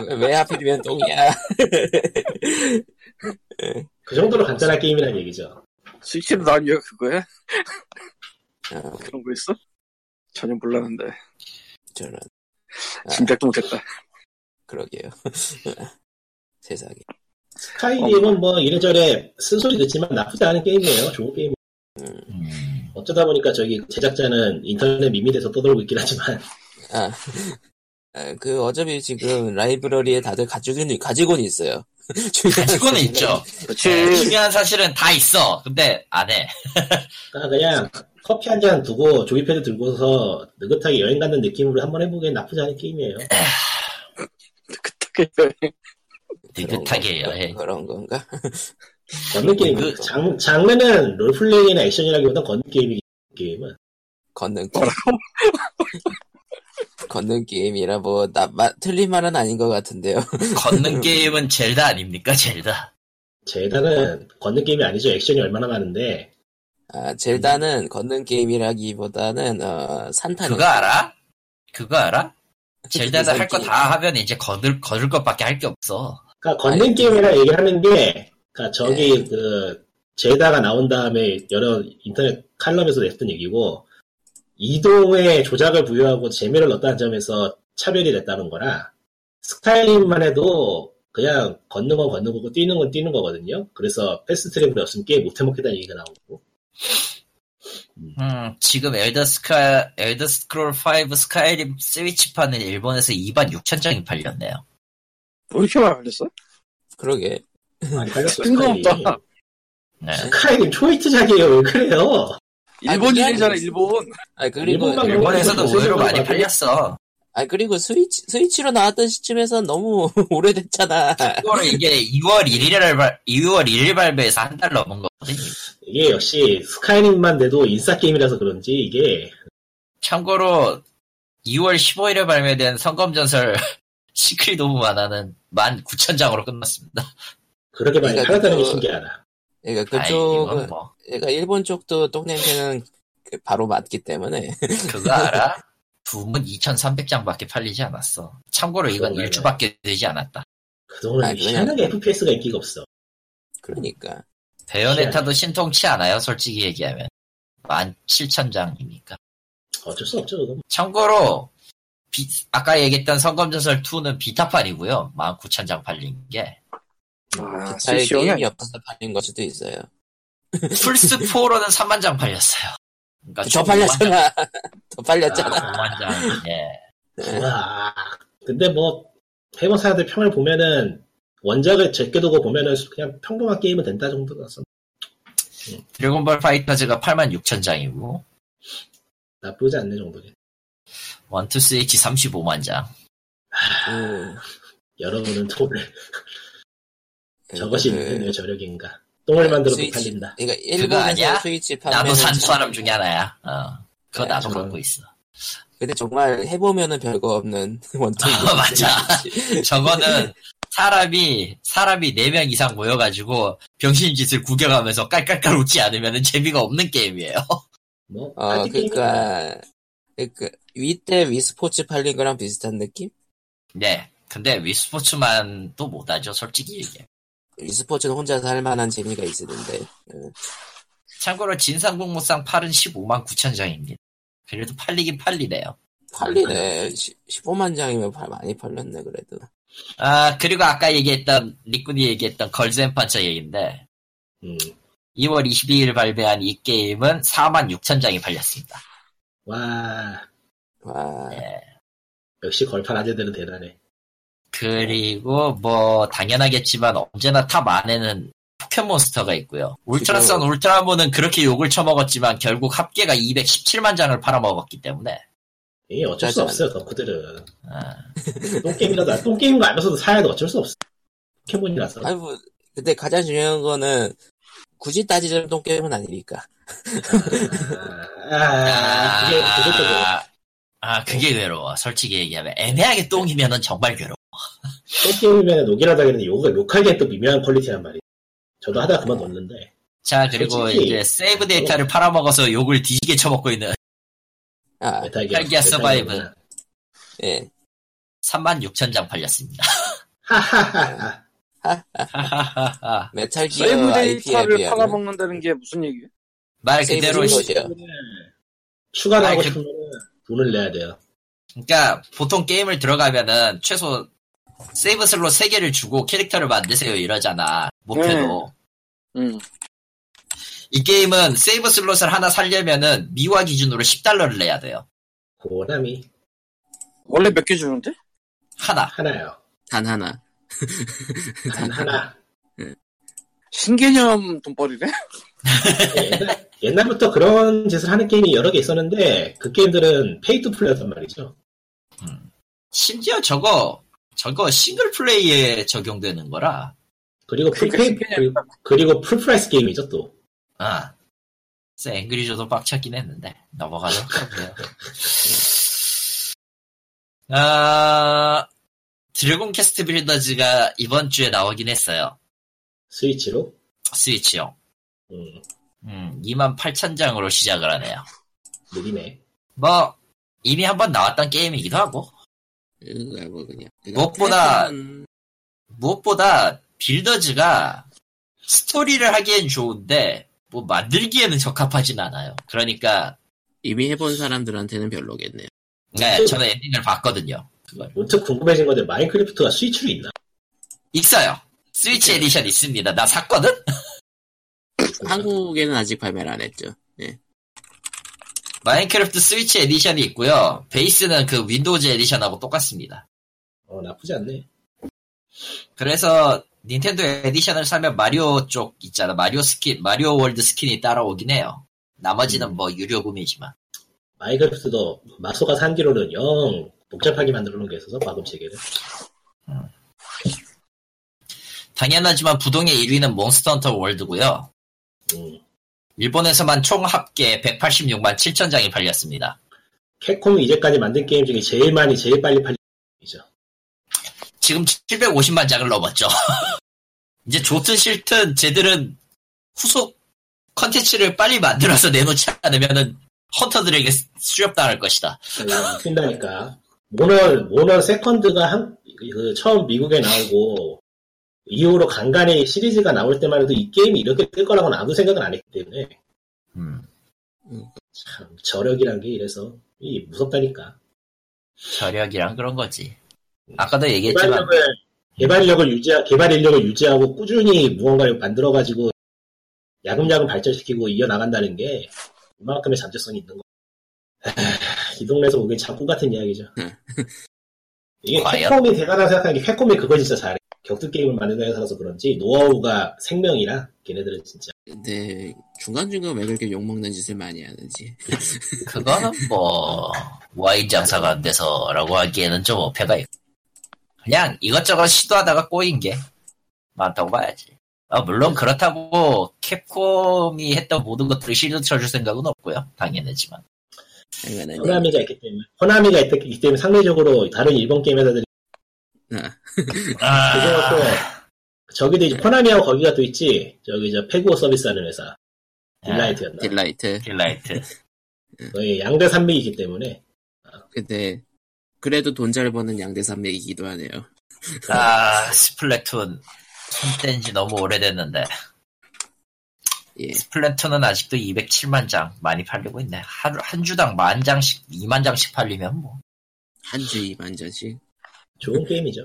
왜?
왜 하필이면 똥이야?
그 정도로 간단한 게임이란 얘기죠.
스위치로 나온 이유가 그거야?
어,
그런 거 있어? 전혀 몰랐는데
저런,
짐작도 못했다.
그러게요. 세상에.
스카이림은 뭐 이래저래 쓴소리 듣지만 나쁘지 않은 게임이에요. 좋은 게임.
음,
어쩌다 보니까 저기 제작자는 인터넷 미미돼서 떠돌고 있긴 하지만
아, 아, 그 어차피 지금 라이브러리에 다들 가지고는, 가지고는 있어요. 중요한
가지고는
사실은
아, 있죠.
그렇지.
예, 중요한 사실은 다 있어. 근데 안 해.
그러니까 그냥 커피 한 잔 두고 조이패드 들고서 느긋하게 여행 가는 느낌으로 한번 해보기엔 나쁘지 않은 게임이에요.
그렇게
그런
느긋하게
건가?
여행.
그런 건가?
걷는 게임.
그-
장, 장르는 롤플레잉이나 액션이라기보다 걷는 게임이기 게임은.
걷는 게임. 걷는 게임이라 뭐, 나, 마, 틀린 말은 아닌 것 같은데요.
걷는 게임은 젤다 아닙니까? 젤다.
제단은 걷는 게임이 아니죠. 액션이 얼마나 많은데.
아, 젤다는 걷는 게임이라기보다는, 어, 산타는.
그거 알아? 그거 알아? 젤다는 할 거 다 하면 이제 걸을 걸을 것밖에 할 게 없어.
그러니까 걷는
아니, 예.
게임이라 얘기하는 게, 그러니까 저기 그 제다가 나온 다음에 여러 인터넷 칼럼에서 냈던 얘기고 이동에 조작을 부여하고 재미를 넣었다는 점에서 차별이 됐다는 거라 스타일링만 해도 그냥 걷는 건 걷는 거고 뛰는 건 뛰는 거거든요. 그래서 패스트트랙이 없으면 게임 못 해먹겠다는 얘기가 나오고
음, 지금 엘더 스카 엘더 스크롤 5 스카이림 스위치판은 일본에서 2만 6천 장이 팔렸네요.
왜 이렇게 많이 걸렸어?
그러게.
많이 팔렸어요.
뜬금없다.
스카이림.
네.
스카이림 초이트작이에요. 왜 그래요?
일본인이잖아 일본.
아, 그리고,
일본만
일본에서도
일본에서
의외로 많이
일본에서
팔렸어.
아, 그리고 스위치, 스위치로 나왔던 시점에서 너무 오래됐잖아. 그러니까
이거를 이게 2월 1일에 발 2월 1일 발매해서 한 달 넘은 거거든요.
이게 역시 스카이림만 돼도 인싸 게임이라서 그런지 이게
참고로 2월 15일에 발매된 성검전설 시크릿 오브 만화는 19,000장으로 끝났습니다.
그렇게 많이
그러니까
팔았다는 게
그-
신기하다.
그러니까
아이, 이건
그쪽은,
뭐
그러니까 일본 쪽도 똥냄새는 그 바로 맞기 때문에.
그거 알아? 붐은 2,300장밖에 팔리지 않았어. 참고로 이건
그러네.
일주밖에 되지 않았다.
그동안
아, 그냥-
희한하게 FPS가 인기가 없어.
그러니까.
베요네타도 신통치 않아요, 솔직히 얘기하면. 17,000장이니까.
어쩔 수 없죠, 그건.
참고로, 비- 아까 얘기했던 성검전설 2는 비타판이고요. 19,000장 팔린 게.
아,
자의
스시용이
게임이
아니야.
없어서 팔린 걸 수도 있어요.
플스4로는 3만 장 팔렸어요. 그러니까
더 팔렸잖아. 더 팔렸잖아.
5만 장, 예.
아, 음. 와. 근데 뭐, 해본 사람들 평을 보면은, 원작을 제껴두고 보면은 그냥 평범한 게임은 된다 정도라서
드래곤볼 파이터즈가 8만 6천 장이고,
나쁘지 않네 정도네.
1, 2, 스위치 35만 장.
음,
여러분은 돈을,
그,
저것이
그,
인터넷 저력인가. 똥을 만들어도
스위치-
팔린다.
그러니까
아니야?
일본에서 스위치 판매는
나도 산
참-
사람 중에 하나야. 어. 그거
네,
나도
저는-
갖고 있어.
근데 정말 해보면은 별거 없는 원통.
아, 맞아. 저거는 사람이, 사람이 4명 이상 모여가지고 병신짓을 구경하면서 깔깔깔 웃지 않으면 재미가 없는 게임이에요.
뭐,
어,
파티 게임이구나.
그러니까 그러니까 위때 위스포츠 팔린 거랑 비슷한 느낌?
네. 근데 위스포츠만 또 못하죠, 솔직히 얘기해.
위스포츠는 혼자서 할 만한 재미가 있었는데. 음,
참고로 진상공무상 8은 15만 9천 장입니다. 그래도 팔리긴 팔리네요.
음.
팔리네. 시- 15만 장이면 팔- 많이 팔렸네 그래도.
아, 그리고 아까 얘기했던, 리꾼이 얘기했던 걸즈앤판차 얘기인데,
음.
2월 22일 발매한 이 게임은 4만 6천 장이 팔렸습니다.
와,
와.
네.
예.
역시 걸판 아재들은 대단해.
그리고 뭐 당연하겠지만 언제나 탑 안에는 포켓몬스터가 있고요. 울트라선
지금-
울트라몬은 그렇게 욕을 쳐먹었지만 결국 합계가 217만 장을 팔아먹었기 때문에
이게 어쩔 수
짜증
없어요, 덕후들은.
아,
똥게임이라도, 똥게임인 거 알면서도 사야도 어쩔 수 없어. 포켓몬이라서.
아니 뭐 근데 가장 중요한 거는 굳이 따지자면 똥게임은 아니니까.
아, 그게, 그것도 그래.
아, 아, 그게 괴로워. 솔직히 얘기하면 애매하게 똥이면은 정말 괴로워.
똥게임이면 녹이라다 했는데 요거가 로컬게 또 미묘한 퀄리티란 말이에요. 저도 하다
음.
그만뒀는데.
자 그리고
솔직히-
이제 세이브 데이터를 팔아먹어서 욕을 뒤지게 쳐먹고 있는
아,
메탈기어.
메탈기어 서바이브.
예.
3만 6천 장 팔렸습니다.
하하하하.
하하하하.
메탈 기어
세이브 데이터를
IPF야.
팔아먹는다는 게 무슨 얘기예요?
말
세이브
그대로
중
시-
거죠.
추가로
음. 아이,
하고
그-
싶으면 돈을 내야 돼요.
그러니까 보통 게임을 들어가면은 최소 세이브 슬롯 3개를 주고 캐릭터를 만드세요 이러잖아 목표도
네.
음.
이 게임은 세이브 슬롯을 하나 살려면은 미화 기준으로 10달러를 내야 돼요
고남이
원래 몇 개 주는데?
하나
하나요.
단 하나.
단 하나.
신개념 돈벌이네?
예, 옛날, 옛날부터 그런 짓을 하는 게임이 여러 개 있었는데 그 게임들은 페이 투 플레이였단 말이죠.
심지어 저거 저거 싱글 플레이에 적용되는 거라
그리고 풀
그러니까
페이 그리고, 그리고 풀 프라이스 게임이죠 또.
아 글쎄 앵그리저도 빡쳤긴 했는데 넘어가죠 아 드래곤 캐스트 빌더즈가 이번 주에 나오긴 했어요
스위치로.
스위치용
음,
음, 28,000장으로 시작을 하네요.
느리네.
뭐, 이미 한 번 나왔던 게임이기도 하고,
이거 뭐 그냥.
무엇보다-
음,
무엇보다 빌더즈가 스토리를 하기엔 좋은데, 뭐 만들기에는 적합하진 않아요. 그러니까,
이미 해본 사람들한테는 별로겠네요.
네, 저는 엔딩을 봤거든요. 그걸.
문득 궁금해진 건데 마인크래프트가 스위치로 있나?
있어요. 스위치 에디션 있습니다. 나 샀거든?
음.
어,
한국에는 아직 발매를 안 했죠. 예.
마인크래프트 스위치 에디션이 있고요. 베이스는 그 윈도우즈 에디션하고 똑같습니다.
어 나쁘지 않네.
그래서 닌텐도 에디션을 사면 마리오 쪽 있잖아. 마리오 스킨, 마리오 월드 스킨이 따라오긴 해요. 나머지는 뭐 유료 구매지만.
마인크래프트도 마소가 산기로는 영 복잡하게 만들어 놓은 게 있어서 과금 체계를.
당연하지만 부동의 1위는 몬스터 헌터 월드고요.
음.
일본에서만 총 합계 186만 7천 장이 팔렸습니다.
캡콤이 이제까지 만든 게임 중에 제일 많이 제일 빨리 팔린 게임이죠.
지금 750만 장을 넘었죠. 이제 좋든 싫든 쟤들은 후속 컨텐츠를 빨리 만들어서 내놓지 않으면은 헌터들에게 수렵당할 것이다.
음, 뛴다니까. 모널 모널 세컨드가 한, 그 처음 미국에 나오고 이후로 간간히 시리즈가 나올 때만 해도 이 게임이 이렇게 뜰 거라고는 아무 생각은 안 했기 때문에
음,
참 저력이란 게 이래서 이 무섭다니까
저력이랑 그런 거지. 아까도 얘기했지만
개발력을 개발력을 유지하 개발 인력을 유지하고 꾸준히 무언가를 만들어 가지고 야금야금 발전시키고 이어 나간다는 게 이만큼의 잠재성이 있는 거. 아, 이 동네에서 보기엔 참 꿈같은 이야기죠. 이게
네. 과연?
캡콤이 대단하다 생각하는 게 캡콤이 그걸 진짜 잘해. 격투 게임을 만드는 회사라서 그런지 노하우가 생명이라 걔네들은 진짜
근데 중간중간 왜 그렇게 욕먹는 짓을 많이 하는지.
그거는 뭐 와인 장사가 안 돼서라고 하기에는 좀 어폐가 있고 그냥 이것저것 시도하다가 꼬인 게 많다고 봐야지. 아, 물론 그렇다고 캡콤이 했던 모든 것들을 실드 쳐줄 생각은 없고요. 당연하지만. 네.
당연하니.
호나미가 있기 때문에 호나미가 있기 때문에 상대적으로 다른 일본 게임 회사들이
아,
그래갖고 저기도 이제 코나미하고 거기가 또 있지 저기 저 페구어 서비스하는 회사 딜라이트였나
딜라이트.
딜라이트.
거의 양대 산맥이기 때문에
근데 그래도 돈 잘 버는 양대 산맥이기도 하네요.
아, 스플래툰. 손뗀지 너무 오래됐는데.
예.
스플래툰은 아직도 207만 장 많이 팔리고 있네. 하루, 한 주당 만 장씩, 2만 장씩 팔리면 뭐.
한 주 2만 전씩.
좋은 게임이죠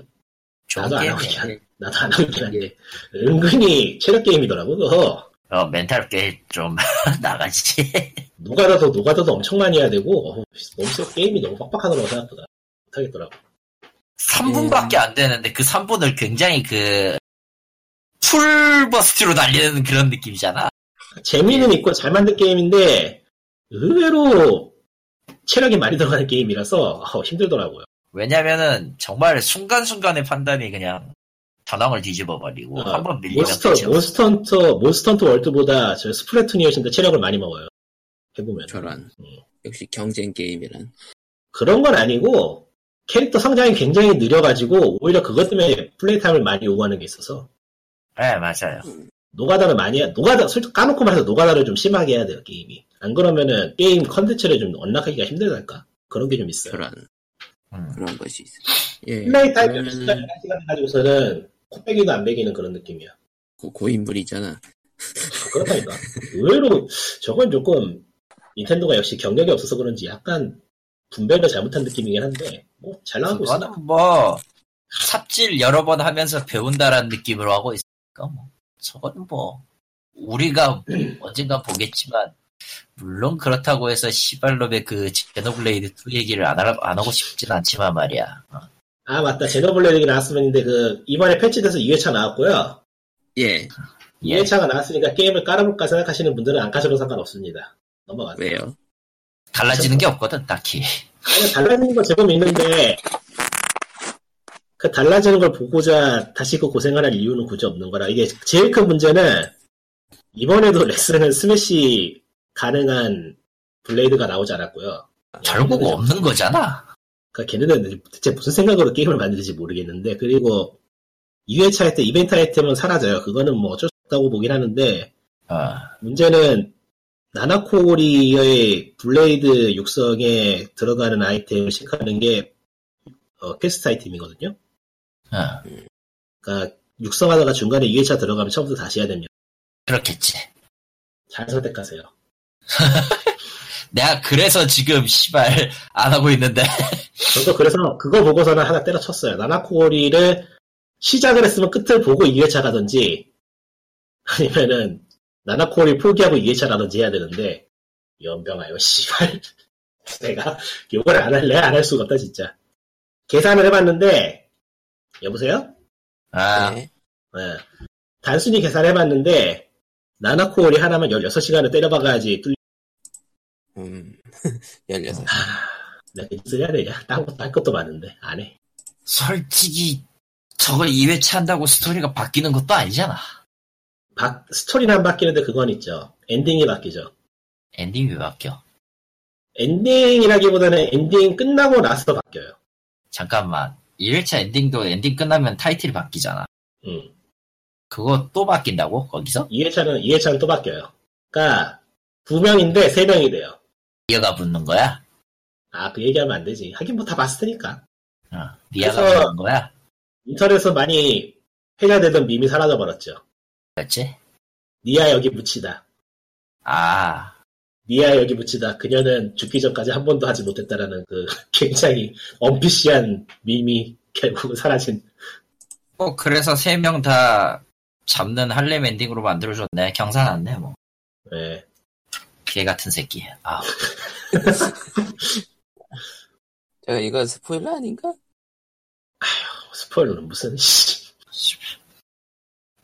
좋은
나도 안 하고
게임이야.
있긴 한데 나도 안 하고 있긴 한데 은근히 체력 게임이더라고 그거
어, 멘탈 게임 좀 나가지.
노가다도 노가다도 엄청 많이 해야 되고 어우, 몸속 게임이 너무 빡빡하더라고 생각보다 못하겠더라고
3분밖에 안 되는데 그 3분을 굉장히 그 풀버스트로 달리는 그런 느낌이잖아.
재미는 있고 잘 만든 게임인데 의외로 체력이 많이 들어가는 게임이라서 어, 힘들더라고요
왜냐면은 정말 순간순간의 판단이 그냥 전황을 뒤집어 버리고
어,
뭐 한번 밀리면
몬스터,
끝이야.
몬스터 헌터, 몬스터 헌터 월드보다 저 스플래툰이 훨씬 더 체력을 많이 먹어요. 해보면.
저런.
음.
역시 경쟁 게임이란.
네. 그런 건 아니고, 캐릭터 성장이 굉장히 느려가지고, 오히려 그것 때문에 플레이타임을 많이 요구하는 게 있어서,
네, 맞아요.
노가다를 많이, 해, 노가다, 솔직히 까놓고 말해서 노가다를 좀 심하게 해야 돼요, 게임이. 안 그러면은 게임 컨텐츠를 좀 언락하기가 힘들달까? 그런 게 좀 있어요.
저런.
음.
그런 것이 있어. 예.
플레이타임
그러면은
10시간, 11시간 가지고서는 코빼기도 안 베기는 그런 느낌이야. 아,
고- 고인물이잖아.
그렇다니까. 의외로 저건 조금 닌텐도가 역시 경력이 없어서 그런지 약간 분배를 잘못한 느낌이긴 한데 뭐 잘 나가고 있어.
그거는 뭐 삽질 여러 번 하면서 배운다라는 느낌으로 하고 있으니까 뭐 저건 뭐 우리가
음.
언젠가 보겠지만 물론 그렇다고 해서 시발놈의 그 제노블레이드 2 얘기를 안, 하, 안 하고 싶진 않지만 말이야 어,
아 맞다 제너블레드 얘기 나왔으면인데 그 이번에 패치돼서 2회차 나왔고요.
예.
예.
2회차가 나왔으니까 게임을 깔아볼까 생각하시는 분들은 안 까셔도 상관없습니다. 넘어가세요.
왜요?
달라지는 게 없거든 딱히
아니, 그 달라지는 거 제법 있는데 그 달라지는 걸 보고자 다시 그 고생하는 이유는 굳이 없는 거라 이게 제일 큰 문제는 이번에도 렉스는 스매시 가능한 블레이드가 나오지 않았고요. 예.
결국
네.
없는 거잖아
그러니까 걔네는 대체 무슨 생각으로 게임을 만들지 모르겠는데 그리고 2회차 할때 이벤트 아이템은 사라져요. 그거는 뭐 어쩔 수 없다고 보긴 하는데
어,
문제는 나나코리의 블레이드 육성에 들어가는 아이템을 싱크하는 게 어, 퀘스트 아이템이거든요.
어,
그러니까 육성하다가 중간에 2회차 들어가면 처음부터 다시 해야 됩니다.
그렇겠지
잘 선택하세요.
내가 그래서 지금 시발 안 하고 있는데
저도 그래서 그거 보고서는 하나 때려쳤어요. 나나코리를 시작을 했으면 끝을 보고 2회차 가든지 아니면은 나나코리 포기하고 2회차 가든지 해야 되는데 연병아요 씨발 내가 요걸 안 할래 안 할 수가 없다 진짜 계산을 해봤는데 여보세요?
아,
네.
예. 단순히 계산해봤는데 나나코리 하나만 16시간을 때려박아야지 뚫
음.
어.
16.
아, 내가 이 짓을 해야 되냐 딴 것도 할 것도 많은데 안해
솔직히 저걸 2회차 한다고 스토리가 바뀌는 것도 아니잖아
바- 스토리는 안 바뀌는데 그건 있죠 엔딩이 바뀌죠
엔딩이 왜 바뀌어
엔딩이라기보다는 엔딩 끝나고 나서 바뀌어요.
잠깐만. 1회차 엔딩도 엔딩 끝나면 타이틀이 바뀌잖아.
음.
그거 또 바뀐다고? 거기서?
2회차는, 2회차는 또 바뀌어요. 그니까, 러두 명인데 세 명이 돼요.
리아가 붙는 거야?
아, 그 얘기하면 안 되지. 하긴 뭐 다 봤을 테니까.
어, 리아가
그래서-
붙는 거야?
인터넷에서 많이 해결되던 밈이 사라져버렸죠.
그렇지?
니아 여기 묻히다.
아,
니아 여기 묻히다. 그녀는 죽기 전까지 한 번도 하지 못했다라는 그 굉장히 엄피시한 밈이 결국은 사라진.
뭐 그래서 세 명 다 잡는 할렘 엔딩으로 만들어줬네. 경사났네 뭐.
예.
개 같은 새끼. 아,
제가 이거 스포일러 아닌가?
어, 스포일러는 무슨, 씨.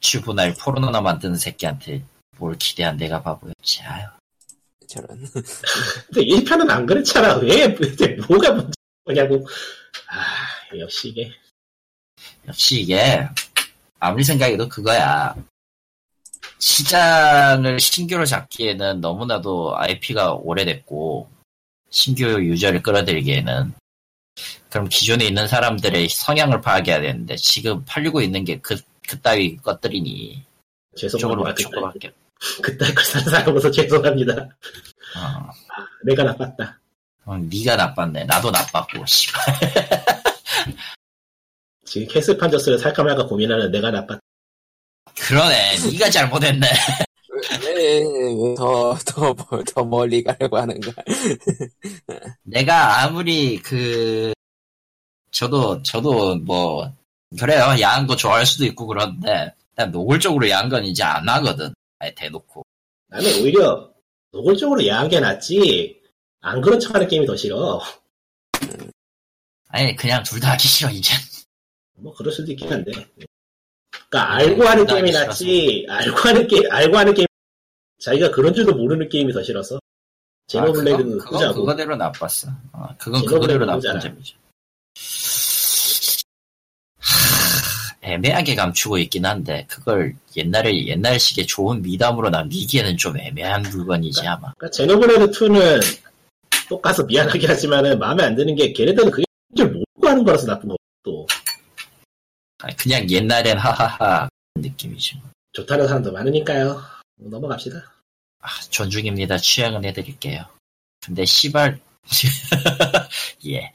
주부날 포르노나 만드는 새끼한테 뭘 기대한 내가 바보였지. 아유.
저런.
근데 1편은 안 그랬잖아. 왜, 왜 뭐가 문제냐고. 아, 역시 이게.
역시 이게 아무리 생각해도 그거야. 시장을 신규로 잡기에는 너무나도 IP가 오래됐고 신규 유저를 끌어들이기에는 그럼 기존에 있는 사람들의 성향을 파악해야 되는데 지금 팔리고 있는 게 그 그따위 것들이니 쪽으로
죄송합니다. 그때-
쪽으로밖에
그딴 걸 사는 사람으로서 죄송합니다.
어,
내가 나빴다.
어, 네가 나빴네 나도 나빴고 씨발
지금 캐슬 판저스를 살까 말까 고민하는 내가 나빴다.
그러네 네가 잘못했네
네, 왜더더더 더, 더 멀리 가려고 하는가?
내가 아무리 그 저도 저도 뭐 그래요 야한 거 좋아할 수도 있고 그런데 일단 노골적으로 야한 건 이제 안 하거든 아예 대놓고
나는 오히려 노골적으로 야한 게 낫지. 안 그런 척하는 게임이 더 싫어.
아니 그냥 둘 다 하기 싫어 이제 아,
뭐 그럴 수도 있긴 한데.
네,
그러니까 알고
나는
하는 게임이
싫어서.
낫지. 알고 하는 게 알고 하는 게임 자기가 그런 줄도 모르는 게임이 더 싫어서. 제노 블레이드는
그건, 그건
후자고.
그거대로 나빴어 어, 그건
제노
그거대로
블레이드는
나쁜
후자라.
점이죠 하, 애매하게 감추고 있긴 한데 그걸 옛날에 옛날식의 좋은 미담으로 남기기에는 좀 애매한 물건이지 아마
그러니까 제노블레이드 2는 똑같아서 미안하긴 하지만은 마음에 안 드는 게 걔네들은 그게 줄 모르고 하는 거라서 나쁜 거고 또
아니, 그냥 옛날엔 하하하 느낌이죠
좋다는 사람도 많으니까요. 뭐 넘어갑시다.
아, 존중입니다. 취향은 해드릴게요. 근데 씨발 예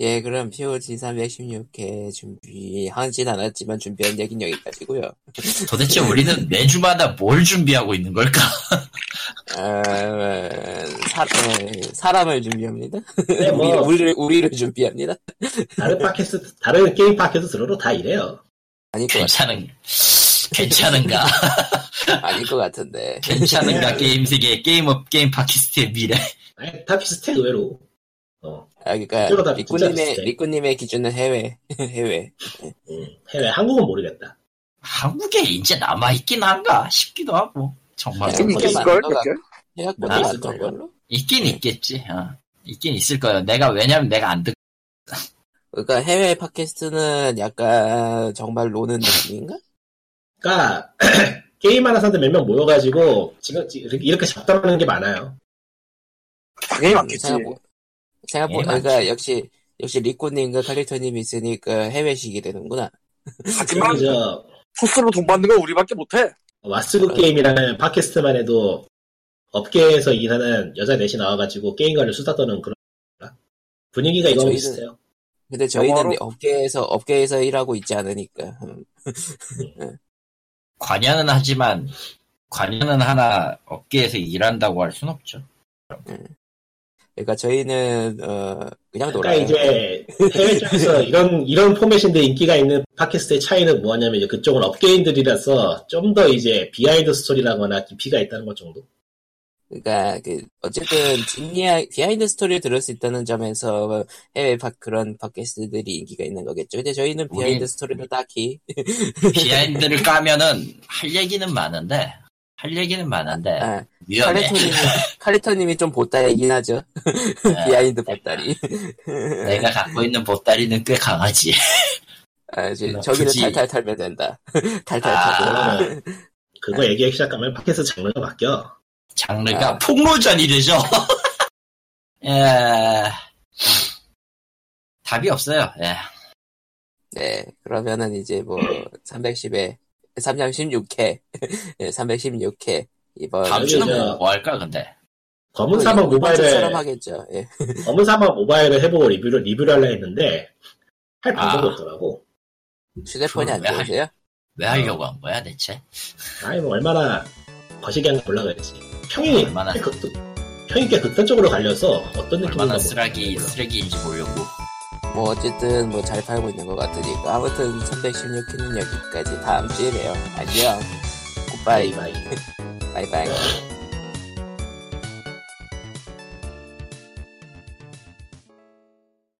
예, 그럼 POG 316회 준비 하진 않았지만 준비한 얘기는 여기까지고요.
도대체 우리는 매주마다 뭘 준비하고 있는 걸까?
아, 사, 에, 사람을 준비합니다.
네, 뭐.
우리를, 우리를 우리를 준비합니다.
다른 팟캐스트, 다른 게임 팟캐스트 들어도 다 이래요.
아닐 것 같,
괜찮은 괜찮은가
아닐 것 같은데.
괜찮은가 게임 세계 게임업 게임 팟캐스트의 미래
아니, 다 비슷해, 의외로. 어,
아, 그러니까
이쪽으로 다 진짜
리꾸님의
비슷해.
리꾸님의 기준은 해외 해외.
음, 해외, 한국은 모르겠다.
한국에 이제 남아 있긴 한가 싶기도 하고 정말
아니,
이게
많은
이걸
것 같-
그게?
해외권 아,
뭐
안
있을걸요?
했던 걸로.
있긴 있겠지. 어. 있긴 있을 거예요. 내가 왜냐면 내가 안 듣.
그러니까 해외 팟캐스트는 약간 정말 노는 느낌인가?
그니까, 그러니까 게임 하는 사람들 몇 명 모여가지고, 지금, 지- 이렇게- 이렇게 잡담하는 게 많아요.
당연히 맞겠지.
생각보- 생각보다
예,
그러니까 역시 역시 리코님과 카리터님이 있으니까 그 해외식이 되는구나.
하지만
그리고 저,
소스로 돈 받는 건 우리밖에 못해.
왓스구
그러니까.
게임이라는 팟캐스트만 해도, 업계에서 일하는 여자 넷이 나와가지고 게임 관련 수다 떠는 그런, 분위기가 이거
저희는-
비슷해요.
근데 저희는
영어로?
업계에서 업계에서 일하고 있지 않으니까. 음.
관여는 하지만 관여는 하나 업계에서 일한다고 할 순 없죠.
그러니까 저희는 어 그냥
그러니까
놀아요.
이제 해외 쪽에서 이런 이런 포맷인데 인기가 있는 팟캐스트의 차이는 뭐냐면 이제 그쪽은 업계인들이라서 좀 더 이제 비하인드 스토리라거나 깊이가 있다는 것 정도.
그러니까 그 어쨌든 뒷이야 비하인드 스토리를 들을 수 있다는 점에서 해외 팟 그런 팟캐스트들이 인기가 있는 거겠죠. 근데 저희는
우리-
비하인드
음.
스토리를 딱히
네. 비하인드를 까면은 할 얘기는 많은데 할 얘기는 많은데
아,
위험해.
카리터님이 카리터님이 좀 보따리긴 하죠.
네.
비하인드 보따리.
예,
예.
내가 갖고 있는 보따리는 꽤 강하지.
아, 이제
나
저기를
네. 굳이-
탈탈 탈면 된다. 탈탈
아.
타고.
그러면은 그거 얘기하기 시작하면 팟캐스트 장르가 바뀌어.
장르가
아.
폭로전이 되죠. 예. 답이 없어요. 예.
네, 그러면은 이제 뭐 310에 316회, 예, 316회 뭐 이번
다음
여기
주는
저-
뭐, 뭐 할까 근데.
검은 사막
처럼
모바일을
하겠죠. 예.
검은 사막 모바일을 해보고 리뷰를 리뷰를 하려 했는데 할 방법이
아.
없더라고.
휴대폰이 안
그걸 왜 하-
좋으세요?
왜 하려고 한 거야 대체?
아니 뭐 얼마나 거시기한 게 몰라 그랬지. 평이
얼마나-
꽤 극- 평이 꽤 극단적으로 갈려서 어떤 느낌인가
얼마나
모르겠어요.
쓰레기 쓰레기인지 모르고
뭐 어쨌든 뭐 잘 팔고 있는 것 같으니까 아무튼
네,
316회는 여기까지 다음 주에 봬요 안녕 굿바이
바이바이.
바이바이